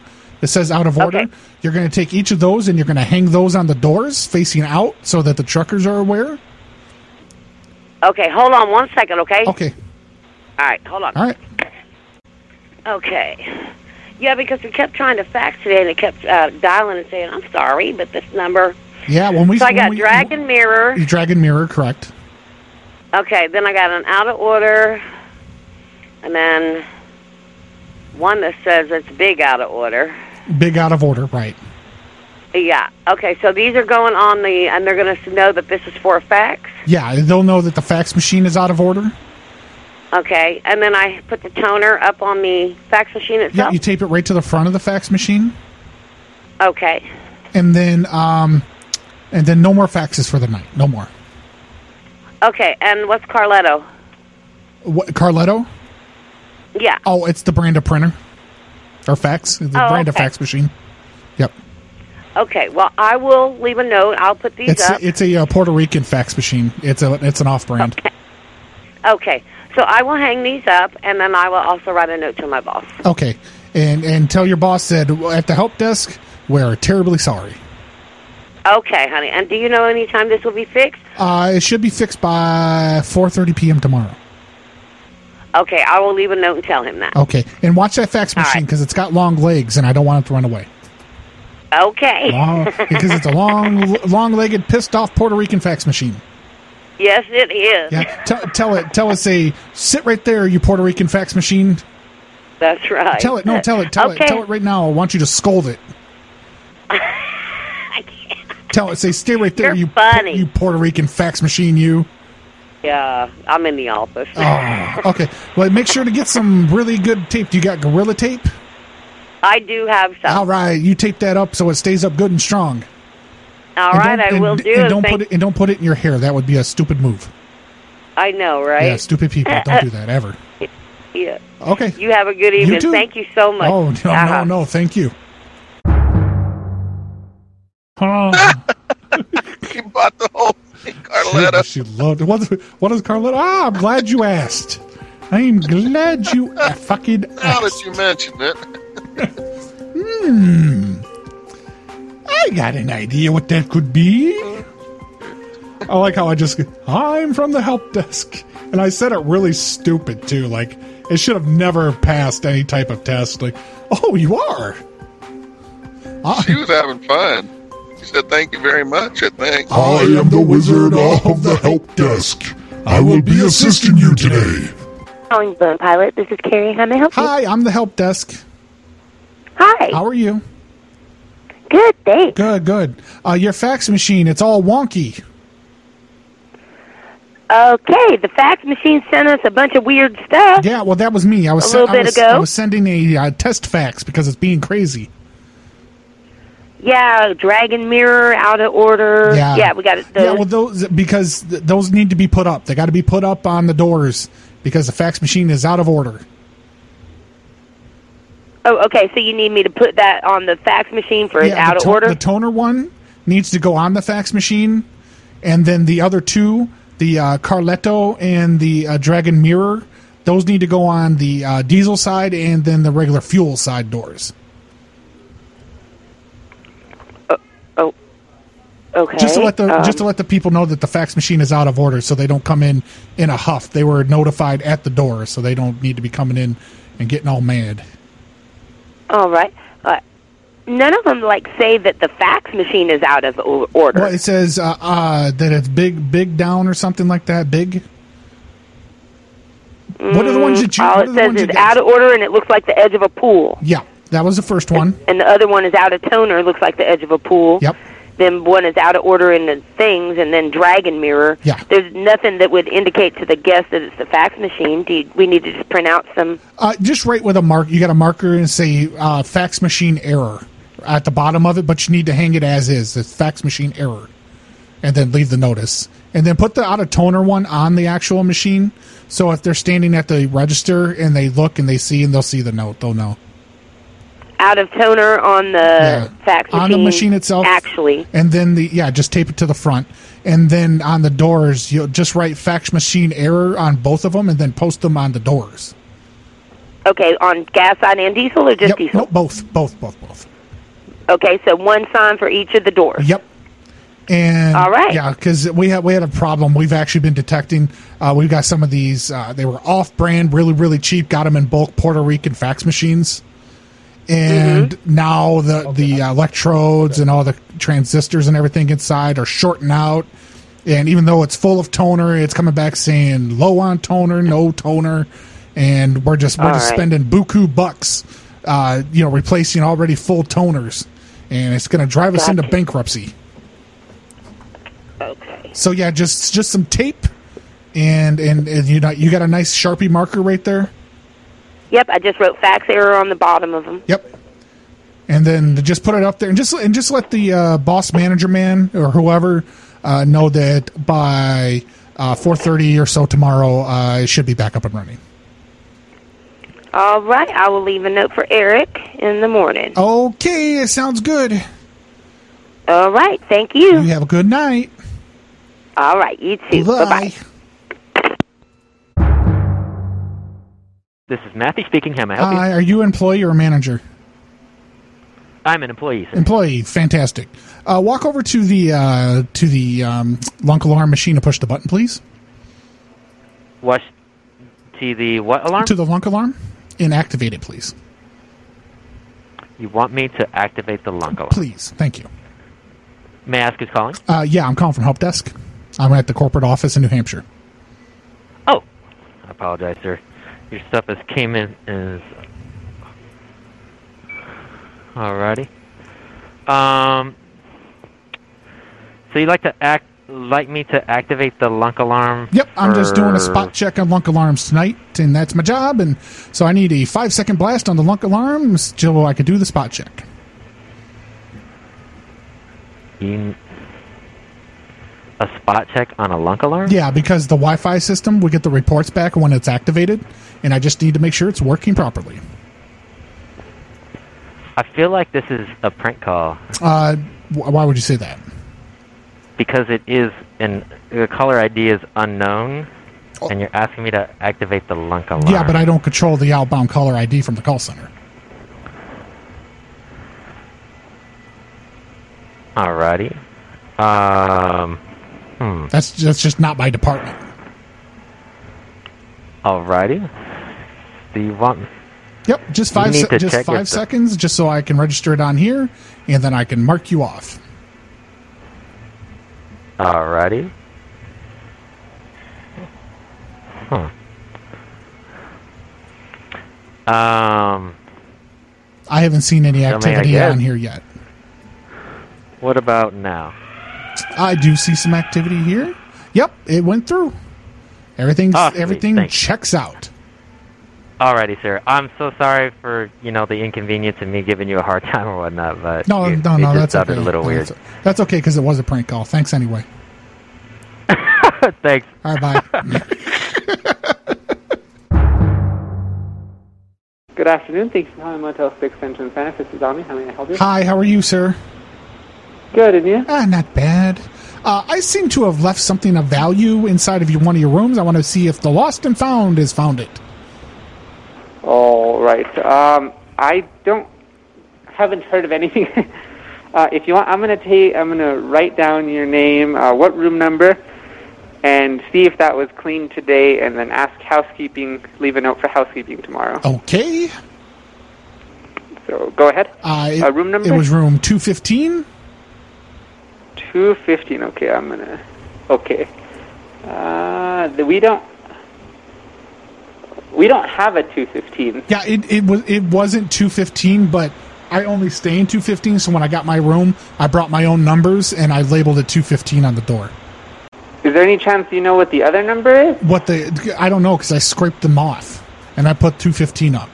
That says out of order. You're going to take each of those and you're going to hang those on the doors facing out so that the truckers are aware. Okay, hold on one second, okay? Okay. All right, hold on. All right. Okay. Yeah, because we kept trying to fax today and it kept uh, dialing and saying, I'm sorry, but this number. Yeah, when we so I when got we- Dragon Mirror. Dragon Mirror, correct? Okay, then I got an out of order, and then one that says it's big out of order. Big out of order, right? Yeah. Okay, so these are going on the, and they're going to know that this is for a fax. Yeah, they'll know that the fax machine is out of order. Okay, and then I put the toner up on the fax machine Yeah, itself. you tape it right to the front of the fax machine. okay. and then um, and then no more faxes for the night. No more. Okay, and what's Carletto? What, Carletto? Yeah. Oh, it's the brand of printer or fax. The Oh, brand of okay. fax machine. Yep. Okay, well, I will leave a note. I'll put these It's up. it's a uh, Puerto Rican fax machine. It's a it's an off brand. Okay. okay, so I will hang these up, and then I will also write a note to my boss. And and tell your boss that at the help desk we're terribly sorry. Okay, honey, and do you know any time this will be fixed? Uh, it should be fixed by 4:30 p.m. tomorrow. Okay, I will leave a note and tell him that. Okay. And watch that fax machine because it's got long legs and I don't want it to run away. Okay. Long, because it's a long long-legged pissed off Puerto Rican fax machine. yes, it is. Yeah, tell, tell it. Tell us a sit right there, you Puerto Rican fax machine. That's right. Tell it. No, tell it. Tell okay. it. Tell it right now. I want you to scold it. tell it. Say stay right there, you funny. you Puerto Rican fax machine. You. Yeah, I'm in the office. Oh, okay. Well, make sure to get some really good tape. Do you got gorilla tape? I do have some. All right, you tape that up so it stays up good and strong. All And right, don't- I and- will do And it. don't Thank- put it and don't put it in your hair. That would be a stupid move. I know, right? Yeah, stupid people don't do that ever. Yeah. Okay. You have a good evening. too. Thank you so much. Oh no, no, Uh-huh. no! Thank you. Oh. He bought the whole thing, Carletta. She loved it. What, what is Carletta? Ah, I'm glad you asked. I'm glad you a- fucking Now asked. that you mentioned it, Hmm. I got an idea what that could be. I like how I just I'm from the help desk, and I said it really stupid too. Like it should have never passed any type of test. Like, oh, you are. she was having fun. She said, "Thank you very much." I think. I am the wizard of the help desk. I will be assisting you today. Calling Balloon Pilot. This is Carrie. How may I help you? Hi, I'm the help desk. Hi. How are you? Good, thanks. Good, good. Uh, your fax machine, it's all wonky. Okay, the fax machine sent us a bunch of weird stuff. Yeah, well, that was me. I was a sen- little I bit was- ago. I was sending a uh, test fax because it's being crazy. Yeah, Dragon Mirror out of order. Yeah. we got it. Yeah, well, those because th- those need to be put up. They got to be put up on the doors because the fax machine is out of order. oh, okay. So you need me to put that on the fax machine for it's Yeah, out the of to- order. The toner one needs to go on the fax machine, and then the other two, the uh, Carletto and the uh, Dragon Mirror, those need to go on the uh, diesel side and then the regular fuel side doors. Uh, oh, okay. Just to let the um, just to let the people know that the fax machine is out of order, so they don't come in in a huff. They were notified at the door, so they don't need to be coming in and getting all mad. all right. Uh, none of them like say that the fax machine is out of o- order. Well, it says uh, uh, that it's big, big down or something like that. Big. What are the ones that you? Mm, All what it are the says ones is you guys- out of order, and it looks like the edge of a pool. Yeah, that was the first one. And the other one is out of toner, looks like the edge of a pool. Yep. Then one is out of order in the things, and then dragon mirror. Yeah. There's nothing that would indicate to the guest that it's the fax machine. Do you, we need to just print out some? Uh, just write with a mark. You got a marker and say uh, fax machine error at the bottom of it, but you need to hang it as is. It's fax machine error, and then leave the notice, and then put the out of toner one on the actual machine. So if they're standing at the register and they look and they see and they'll see the note, they'll know. Out of toner on the fax machine. on the machine itself Actually. and then the yeah just tape it to the front and then on the doors you'll just write fax machine error on both of them and then post them on the doors Okay, on gas side and diesel or just yep diesel? no, both both both both Okay, so one sign for each of the doors. yep and All right. yeah because we had we had a problem we've actually been detecting uh, we've got some of these uh, they were off brand really really cheap got them in bulk puerto rican fax machines and now the the uh, electrodes and all the transistors and everything inside are shorting out. And even though it's full of toner, it's coming back saying low on toner, no toner, and we're just we're All just right. spending buku bucks, uh, you know, replacing already full toners, and it's going to drive us into bankruptcy. Mm-hmm. Okay. So yeah, just just some tape, and and, and you know you got a nice sharpie marker right there. Yep, I just wrote fax error on the bottom of them. Yep. and then to just put it up there and just and just let the uh, boss manager man or whoever uh, know that by uh, four thirty or so tomorrow uh, it should be back up and running. All right, I will leave a note for Eric in the morning. Okay, it sounds good. All right, thank you. You have a good night. All right, you too. Bye. bye. This is Matthew speaking. How may I help Hi, you? are you employee or manager? I'm an employee. Sir. Employee, fantastic. Uh, walk over to the uh, to the um, lunk alarm machine and push the button, please. What? To the what alarm? To the lunk alarm and activate it, please. you want me to activate the lunk alarm? Please, thank you. May I ask who's calling? Uh, yeah, I'm calling from help desk. I'm at the corporate office in New Hampshire. I apologize, sir. Your stuff has came in as. Alrighty. Um. So you'd like to act, like me to activate the lunk alarm? Yep, I'm just doing a for- spot check on lunk alarms tonight, and that's my job. And so I need a five second blast on the lunk alarms till I can do the spot check. You, a spot check on a lunk alarm? Yeah, because the Wi Fi system, we get the reports back when it's activated, and I just need to make sure it's working properly. I feel like this is a prank call Uh, wh- why would you say that? because it is an the caller ID is unknown, and you're asking me to activate the lunk alarm. Oh. Yeah, but I don't control the outbound caller ID from the call center. Alrighty. Um. Hmm. That's that's just not my department. Alrighty. Do you want? Yep, just You five need se- to just check five if the- seconds, just so I can register it on here, and then I can mark you off. Alrighty. Huh. Um. I haven't seen any I mean, I activity guess. on here yet. What about now? I do see some activity here. Yep, it went through. Everything's Ah, sweet, everything thank you. checks out. Alrighty, sir. I'm so sorry for you know the inconvenience and me giving you a hard time or whatnot, but No, you, no, it no, just that's sounded okay. a little No, weird. that's- That's okay because it was a prank call. Thanks anyway. Thanks. All right, bye. Good afternoon. Thanks for calling Motel 6 Central and Fantasy. This is Ami. How may I help you? Hi, how are you, sir? Good, and you? Ah, not bad. Uh, I seem to have left something of value inside of you, one of your rooms. I want to see if the lost and found is found it. All right. Um, I don't haven't heard of anything. uh, if you want, I'm gonna take. I'm gonna write down your name, uh, what room number, and see if that was cleaned today, and then ask housekeeping. Leave a note for housekeeping tomorrow. Okay. So go ahead. Uh, it, Uh, room number? It was room 215. Two fifteen. Okay, I'm gonna. Okay. Uh, the, we don't. We don't have a two fifteen. Yeah, it, it was it wasn't 215, but I only stay in 215, so when I got my room, I brought my own numbers and I labeled it 215 on the door. Is there any chance you know what the other number is? What the I don't know cuz I scraped them off and I put 215 up.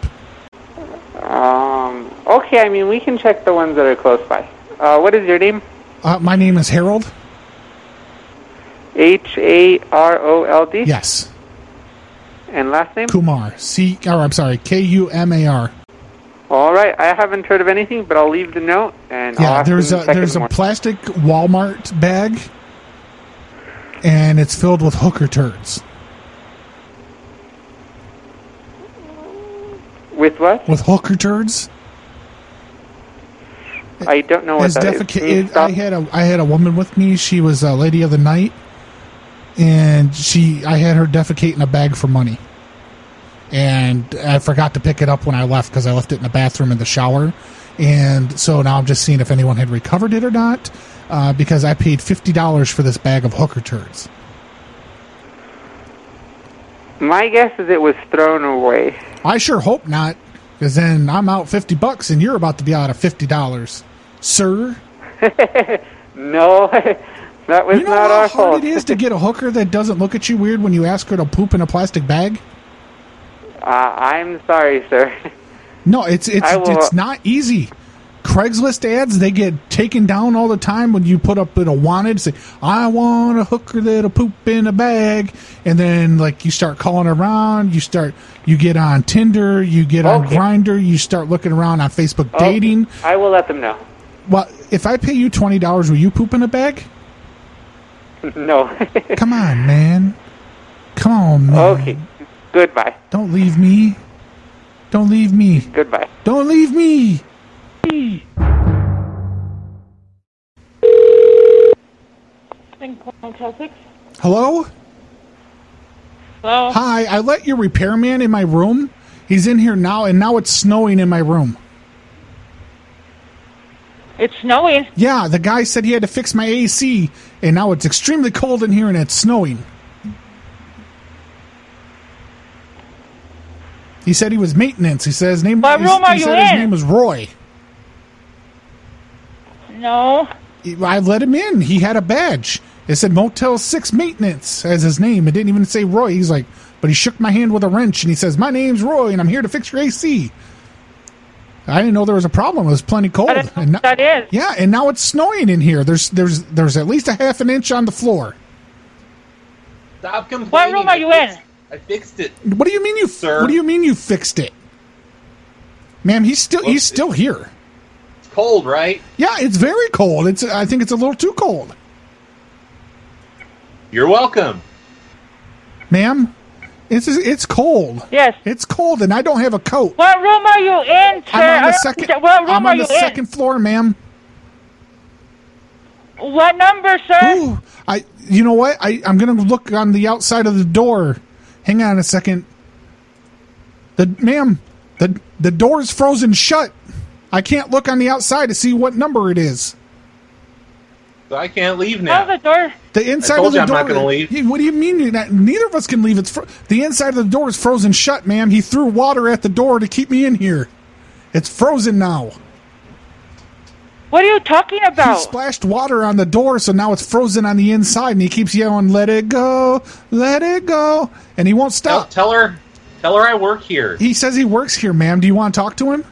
Um, okay, I mean, we can check the ones that are close by. Uh, what is your name? Uh, my name is Harold. H A R O L D? Yes. And last name? Kumar. C or I'm sorry, K U M A R. All right, I haven't heard of anything, but I'll leave the note and I'll Yeah, ask there's them a to check there's in the a morning. plastic Walmart bag and it's filled with hooker turds With what? with hooker turds. I don't know what As that is. defeca- Can you it- I had a I had a woman with me. She was a lady of the night, and she I had her defecate in a bag for money, and I forgot to pick it up when I left because I left it in the bathroom in the shower, and so now I'm just seeing if anyone had recovered it or not, uh, because I paid fifty dollars for this bag of hooker turds. My guess is it was thrown away. I sure hope not, because then I'm out fifty bucks and you're about to be out of fifty dollars, sir. No, that was You know not how our hard fault. it is to get a hooker that doesn't look at you weird when you ask her to poop in a plastic bag. Uh, I'm sorry, sir. No, it's it's I will- uh, it's not easy. Craigslist ads they get taken down all the time when you put up in a wanted say I want a hooker that'll poop in a bag, and then like you start calling around, you start you get on Tinder, you get on Grinder, you start looking around on Facebook dating. I will let them know. Well, if I pay you twenty dollars, will you poop in a bag? no. Come on, man. Come on, man. okay, goodbye. Don't leave me. Don't leave me. Goodbye. Don't leave me. Hello? Hello? Hi, I let your repairman in my room. He's in here now, and now it's snowing in my room. It's snowing. Yeah, the guy said he had to fix my AC, and now it's extremely cold in here and it's snowing. He said he was maintenance. He said his name. What he- room are he you said his in? name was Roy. No. I let him in. He had a badge. It said Motel Six Maintenance as his name. It didn't even say Roy. He's like, but he shook my hand with a wrench and he says, "My name's Roy and I'm here to fix your AC." I didn't know there was a problem. It was plenty cold. And no- that is. Yeah, and now it's snowing in here. There's there's there's at least a half an inch on the floor. Stop complaining. What room are you in? I fixed it. What do you mean you What do you mean you fixed it? Ma'am, he's still he's still here. It's cold, right? Yeah, it's very cold. It's I think it's a little too cold. You're welcome. Ma'am, it's it's cold. Yes. It's cold and I don't have a coat. What room are you in, sir? I'm on I the don't second understand. What room I'm are on the you second floor, ma'am. in? What number, sir? I you know what? I, I'm gonna look on the outside of the door. Hang on a second. The ma'am, the the door's frozen shut. I can't look on the outside to see what number it is. So I can't leave now. the door. The inside told of the you I'm door. not gonna leave. Hey, what do you mean? You're not, neither of us can leave. It's fr- the inside of the door is frozen shut, ma'am. He threw water at the door to keep me in here. It's frozen now. What are you talking He splashed water on the door, so now it's frozen on the inside, and he keeps yelling, "Let it go, let it go," and he won't stop. Tell her, tell her I work here. He says he works here, ma'am. Do you want to talk to him?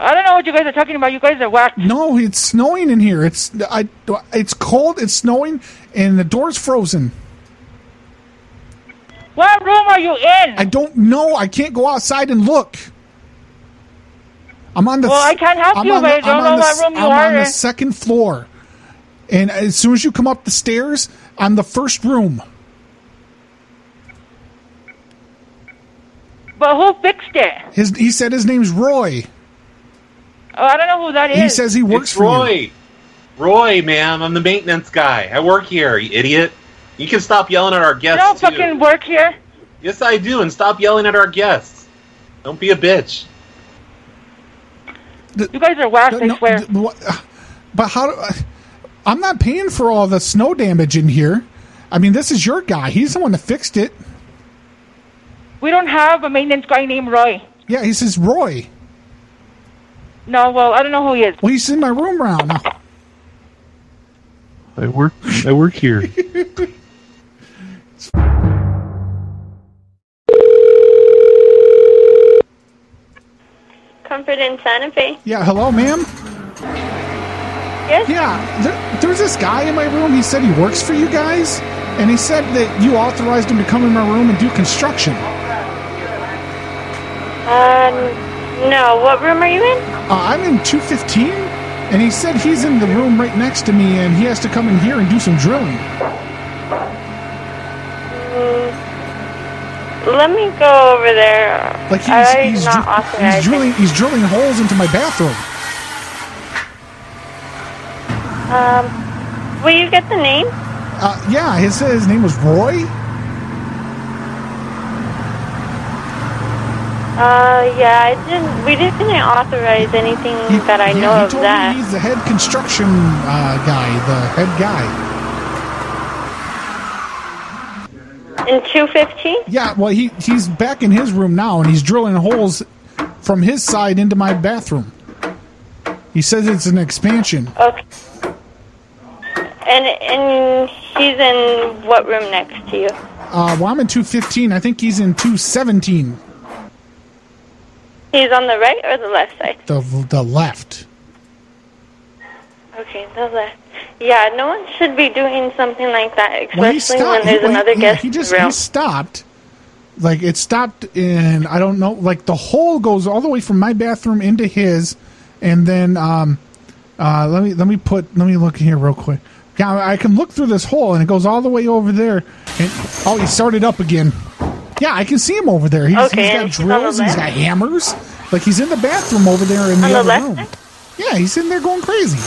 I don't know what you guys are talking about. You guys are whacked. No, it's snowing in here. It's I, it's cold. It's snowing, and the door's frozen. What room are you in? I don't know. I can't go outside and look. I'm on the. Well, I can't help I'm you, on but I the- don't I'm know on the what s- room you I'm are on the in. second floor, and as soon as you come up the stairs, I'm the first room. But who fixed it? His he said his name's Roy. Oh, I don't know who that is. He says he works It's for Roy. you. Roy, ma'am, I'm the maintenance guy. I work here, you idiot. You can stop yelling at our I don't guests. too. fucking work here. Yes, I do, and stop yelling at our guests. Don't be a bitch. you guys are whacked. I swear. But how? do- I'm not paying for all the snow damage in here. I mean, this is your guy. He's the one that fixed it. we don't have a maintenance guy named Roy. Yeah, he says Roy. No, well, I don't know who he is. Well, he's in my room right now. I work. I work here. Comfort in Santa Fe. Yeah, hello, ma'am. Yes? Yeah, there, there's this guy in my room. He said he works for you guys, and he said that you authorized him to come in my room and do construction. Uh, no. What room are you in? Uh, I'm in 215, and he said he's in the room right next to me, and he has to come in here and do some drilling. Let me go over there. Like he's, I'm he's, not dr- authorized. he's drilling he's drilling holes into my bathroom. Um, will you get the name? Uh, yeah, his his name was Roy. Uh, yeah, I didn't. We didn't authorize anything that I yeah, know he of told that. me he's the head construction uh, guy, the head guy. In two fifteen. Yeah, well, he he's back in his room now, and he's drilling holes from his side into my bathroom. He says it's an expansion. Okay. And and he's in what room next to you? Uh, well, I'm in 215. I think he's in 217, He's on the right or the left side? the the left. Okay, the left. Yeah, no one should be doing something like that, especially Well, when, he stopped. there's he, well, another he- yeah, guest he just around. he stopped. Like it stopped, and I don't know. Like the hole goes all the way from my bathroom into his, and then um, uh, let me let me put let me look here real quick. Yeah, I can look through this hole, and it goes all the way over there. And oh, he started up again. Yeah, I can see him over there. He's, Okay, and he's he's got on the drills. He's left? got hammers. Like he's in the bathroom over there in the, On the other left room. Yeah, he's in there going crazy.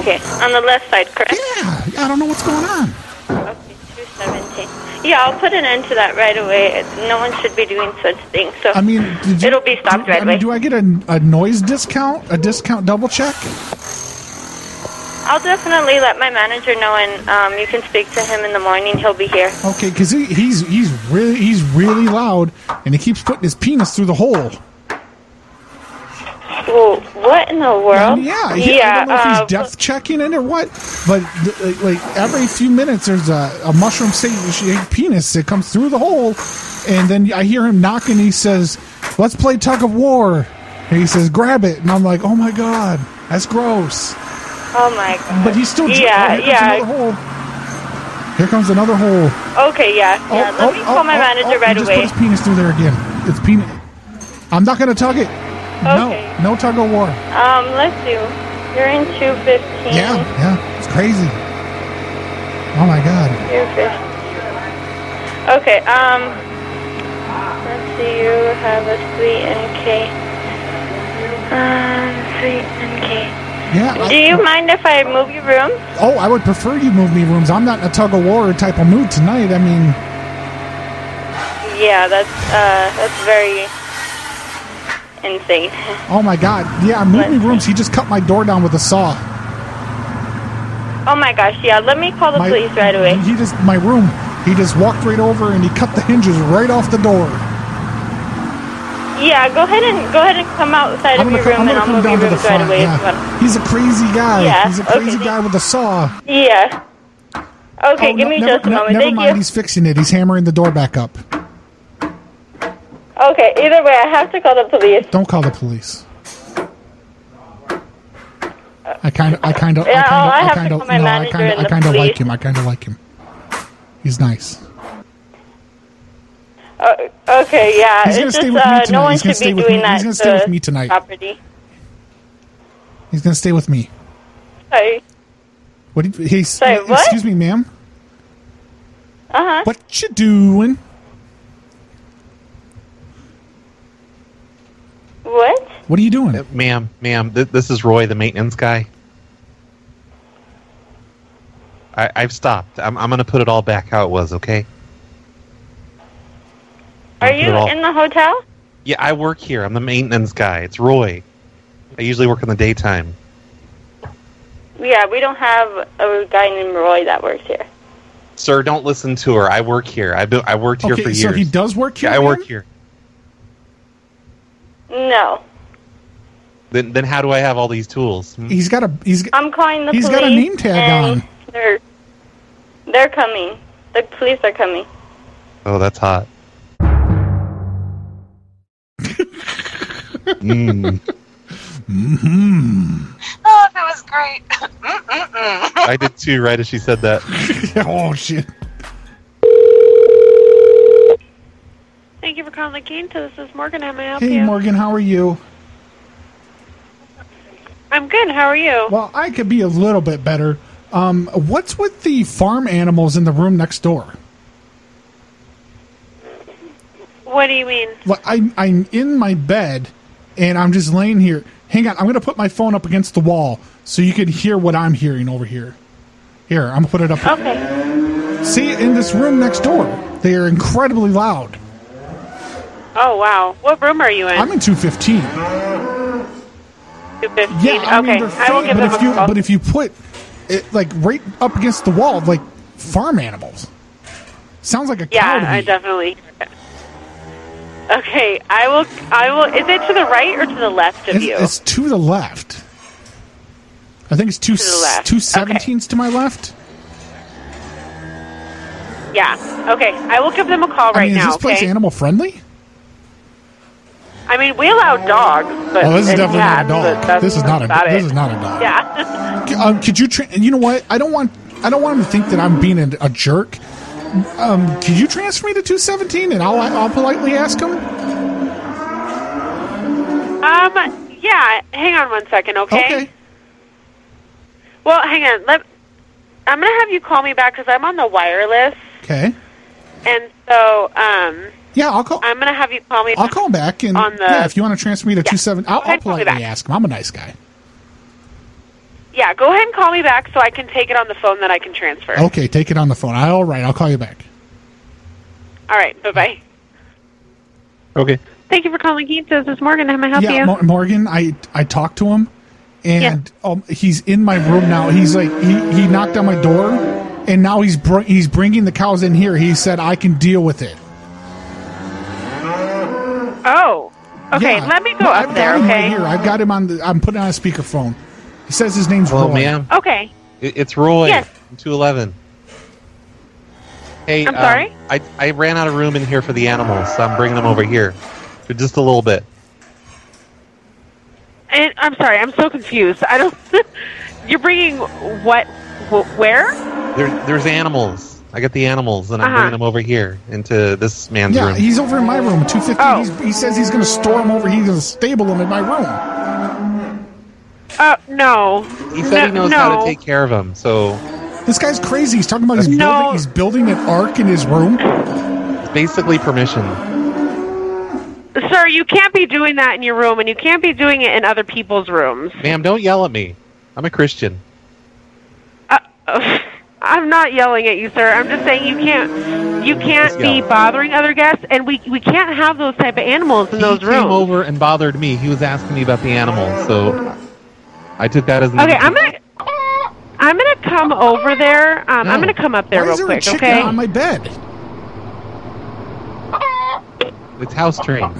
Okay, on the left side, correct? Yeah, I don't know what's going on. Okay, 217. Yeah, I'll put an end to that right away. No one should be doing such things, so I mean, did you, it'll be stopped right I mean, away. do I get a, a noise discount? A discount double check? I'll definitely let my manager know, and um, you can speak to him in the morning. He'll be here. Okay, because he, he's he's really he's really loud, and he keeps putting his penis through the hole. Well, what in the world? Yeah, he, I yeah. don't know if uh, he's depth checking it or what, but th- like every few minutes, there's a, a mushroom shaped penis that comes through the hole, and then I hear him knock, and he says, let's play tug of war. And he says, grab it. And I'm like, oh my God, that's gross. Oh my god. But he's still dri- Yeah, oh, yeah. here comes another Here comes another hole. Okay, yeah, yeah. Let me call my manager oh, right he just away. put his penis through there again. It's penis. I'm not going to tug it. Okay. No, no tug of war. Um, let's do. You're in two fifteen. Yeah, yeah, it's crazy. Oh my God. Two fifteen. Okay. Um, let's see. You have a three NK. Um, three NK. Yeah. I- Do you mind if I move your room? Oh, I would prefer you move me rooms. I'm not in a tug of war type of mood tonight. I mean, Yeah, that's uh, that's very insane. oh my God. Yeah, move me rooms. He just cut my door down with a saw. Oh my gosh. Yeah. Let me call the My- police right away. He just my room. He just walked right over and he cut the hinges right off the door. Yeah. Go ahead and go ahead and come outside I'm of gonna your room, and come, I'm gonna I'll come move your down to the rooms right front. away. if you want. Yeah. He's a crazy guy. Yeah, He's a okay, crazy guy with a saw. Yeah. Okay, Oh, give no, me never, just a ne- moment. never Thank mind. you. He's fixing it. He's hammering the door back up. Okay, either way, I have to call the police. Don't call the police. I kind of, I kind of, Yeah, oh, I I have to kind of, call I my kind of, no, I manager kind of, and I the kind of like police. him. I kind of like him. He's nice. Uh, okay, yeah. He's gonna it's stay just, with me uh, tonight. no one He's gonna should stay be with doing me- that he's gonna stay with to me tonight. property. He's gonna stay with me. Sorry. What? Did, he's, Say what? Excuse me, ma'am. Uh-huh. What you doing? What? What are you doing? Uh, ma'am, ma'am, th- this is Roy, the maintenance guy. I- I've stopped. I'm, I'm going to put it all back how it was, okay? Are Not at you all. in the hotel? Yeah, I work here. I'm the maintenance guy. It's Roy. I usually work in the daytime. Yeah, we don't have a guy named Roy that works here. Sir, don't listen to her. I work here. I've been, I worked here okay, for years. so he does work here. Yeah, I work ma'am? here. No. Then, then how do I have all these tools? Hmm? He's got a he's I'm calling the he's police. got a name tag and on. They're, they're coming. The police are coming. Oh, that's hot. Mm. Mm-hmm. Oh, that was great. Mm-mm-mm. I did too, right as she said that. oh shit! Thank you for calling the Quinta. This is Morgan. How may I help Hey you? Morgan, how are you? I'm good. How are you? Well, I could be a little bit better. Um, what's with the farm animals in the room next door? What do you mean? Like, I'm I'm in my bed, and I'm just laying here. Hang on, I'm gonna put my phone up against the wall so you can hear what I'm hearing over here. Here, I'm gonna put it up. Okay. See, in this room next door, they are incredibly loud. Oh wow. What room are you in? I'm in 215. Two fifteen. Yeah, I mean, okay. they're I will fake, give but them if a you, call. But if you put it like right up against the wall, like farm animals, sounds like a cow yeah, to I me. definitely. Okay, I will. I will. Is it to the right or to the left of It's, you? it's to the left. I think it's two To the left. two seventeens to my left. yeah. Okay, I will give them a call right I mean, is now. this place okay. animal friendly? I mean, we allow dogs, but oh, this is and definitely cats, not but a dog. that's This is not a about this it. is not a dog. Yeah. C- Um, could you? Tra- you know what? I don't want I don't want him to think that I'm being a, a jerk. Um, could you transfer me to two seventeen and I'll I'll politely ask him? Um. Yeah. Hang on one second, okay? Okay. Well, hang on. Let. I'm gonna have you call me back because I'm on the wireless, Okay. and so um. Yeah, I'll call. I'm gonna have you call me. I'll back. call him back and on the- yeah, if you want to transfer me to Yeah. two seven, Go I'll, ahead I'll and call me politely ask him. I'm a nice guy. Yeah. Go ahead and call me back so I can take it on the phone that I can transfer. Okay, take it on the phone. I, all right, I'll call you back. All right. Bye bye. Okay. Thank you for calling Quintas. This is Morgan. How may I help yeah, you? Mo- Morgan, I I talked to him, and um, he's in my room now. He's like he, he knocked on my door, and now he's br- he's bringing the cows in here. He said I can deal with it. oh. Okay. Yeah. Let me go No, up I've there. Got him Okay. right here. I've got him on the. I'm putting on a speakerphone. He says his name's Hello, Roy. ma'am. Okay. It, it's Roy. Yes. Two eleven. um, Hey, I'm um, sorry? I I ran out of room in here for the animals, so I'm bringing them over here. For just a little bit. And I'm sorry, I'm so confused. I don't. you're bringing what? Wh- where? There, there's animals. I got the animals, and I'm Uh-huh. bringing them over here into this man's Yeah, room. he's over in my room, two fifty. Oh. He says he's going to store him over. He's going to stable him in my room. Uh, no. he said no, he knows no. how to take care of him, so This guy's crazy. He's talking about he's building. He's building an ark in his room. it's basically permission. Sir, you can't be doing that in your room, and you can't be doing it in other people's rooms. Ma'am, don't yell at me. I'm a Christian. I'm not yelling at you, sir. I'm just saying you can't you can't be bothering other guests, and we we can't have those type of animals in those he rooms. came over and bothered me. He was asking me about the animals, so I took that as an Okay, I'm gonna I'm gonna come over there. Um, I'm gonna come up there Why real is there a quick, chicken okay? on my bed? It's house trained.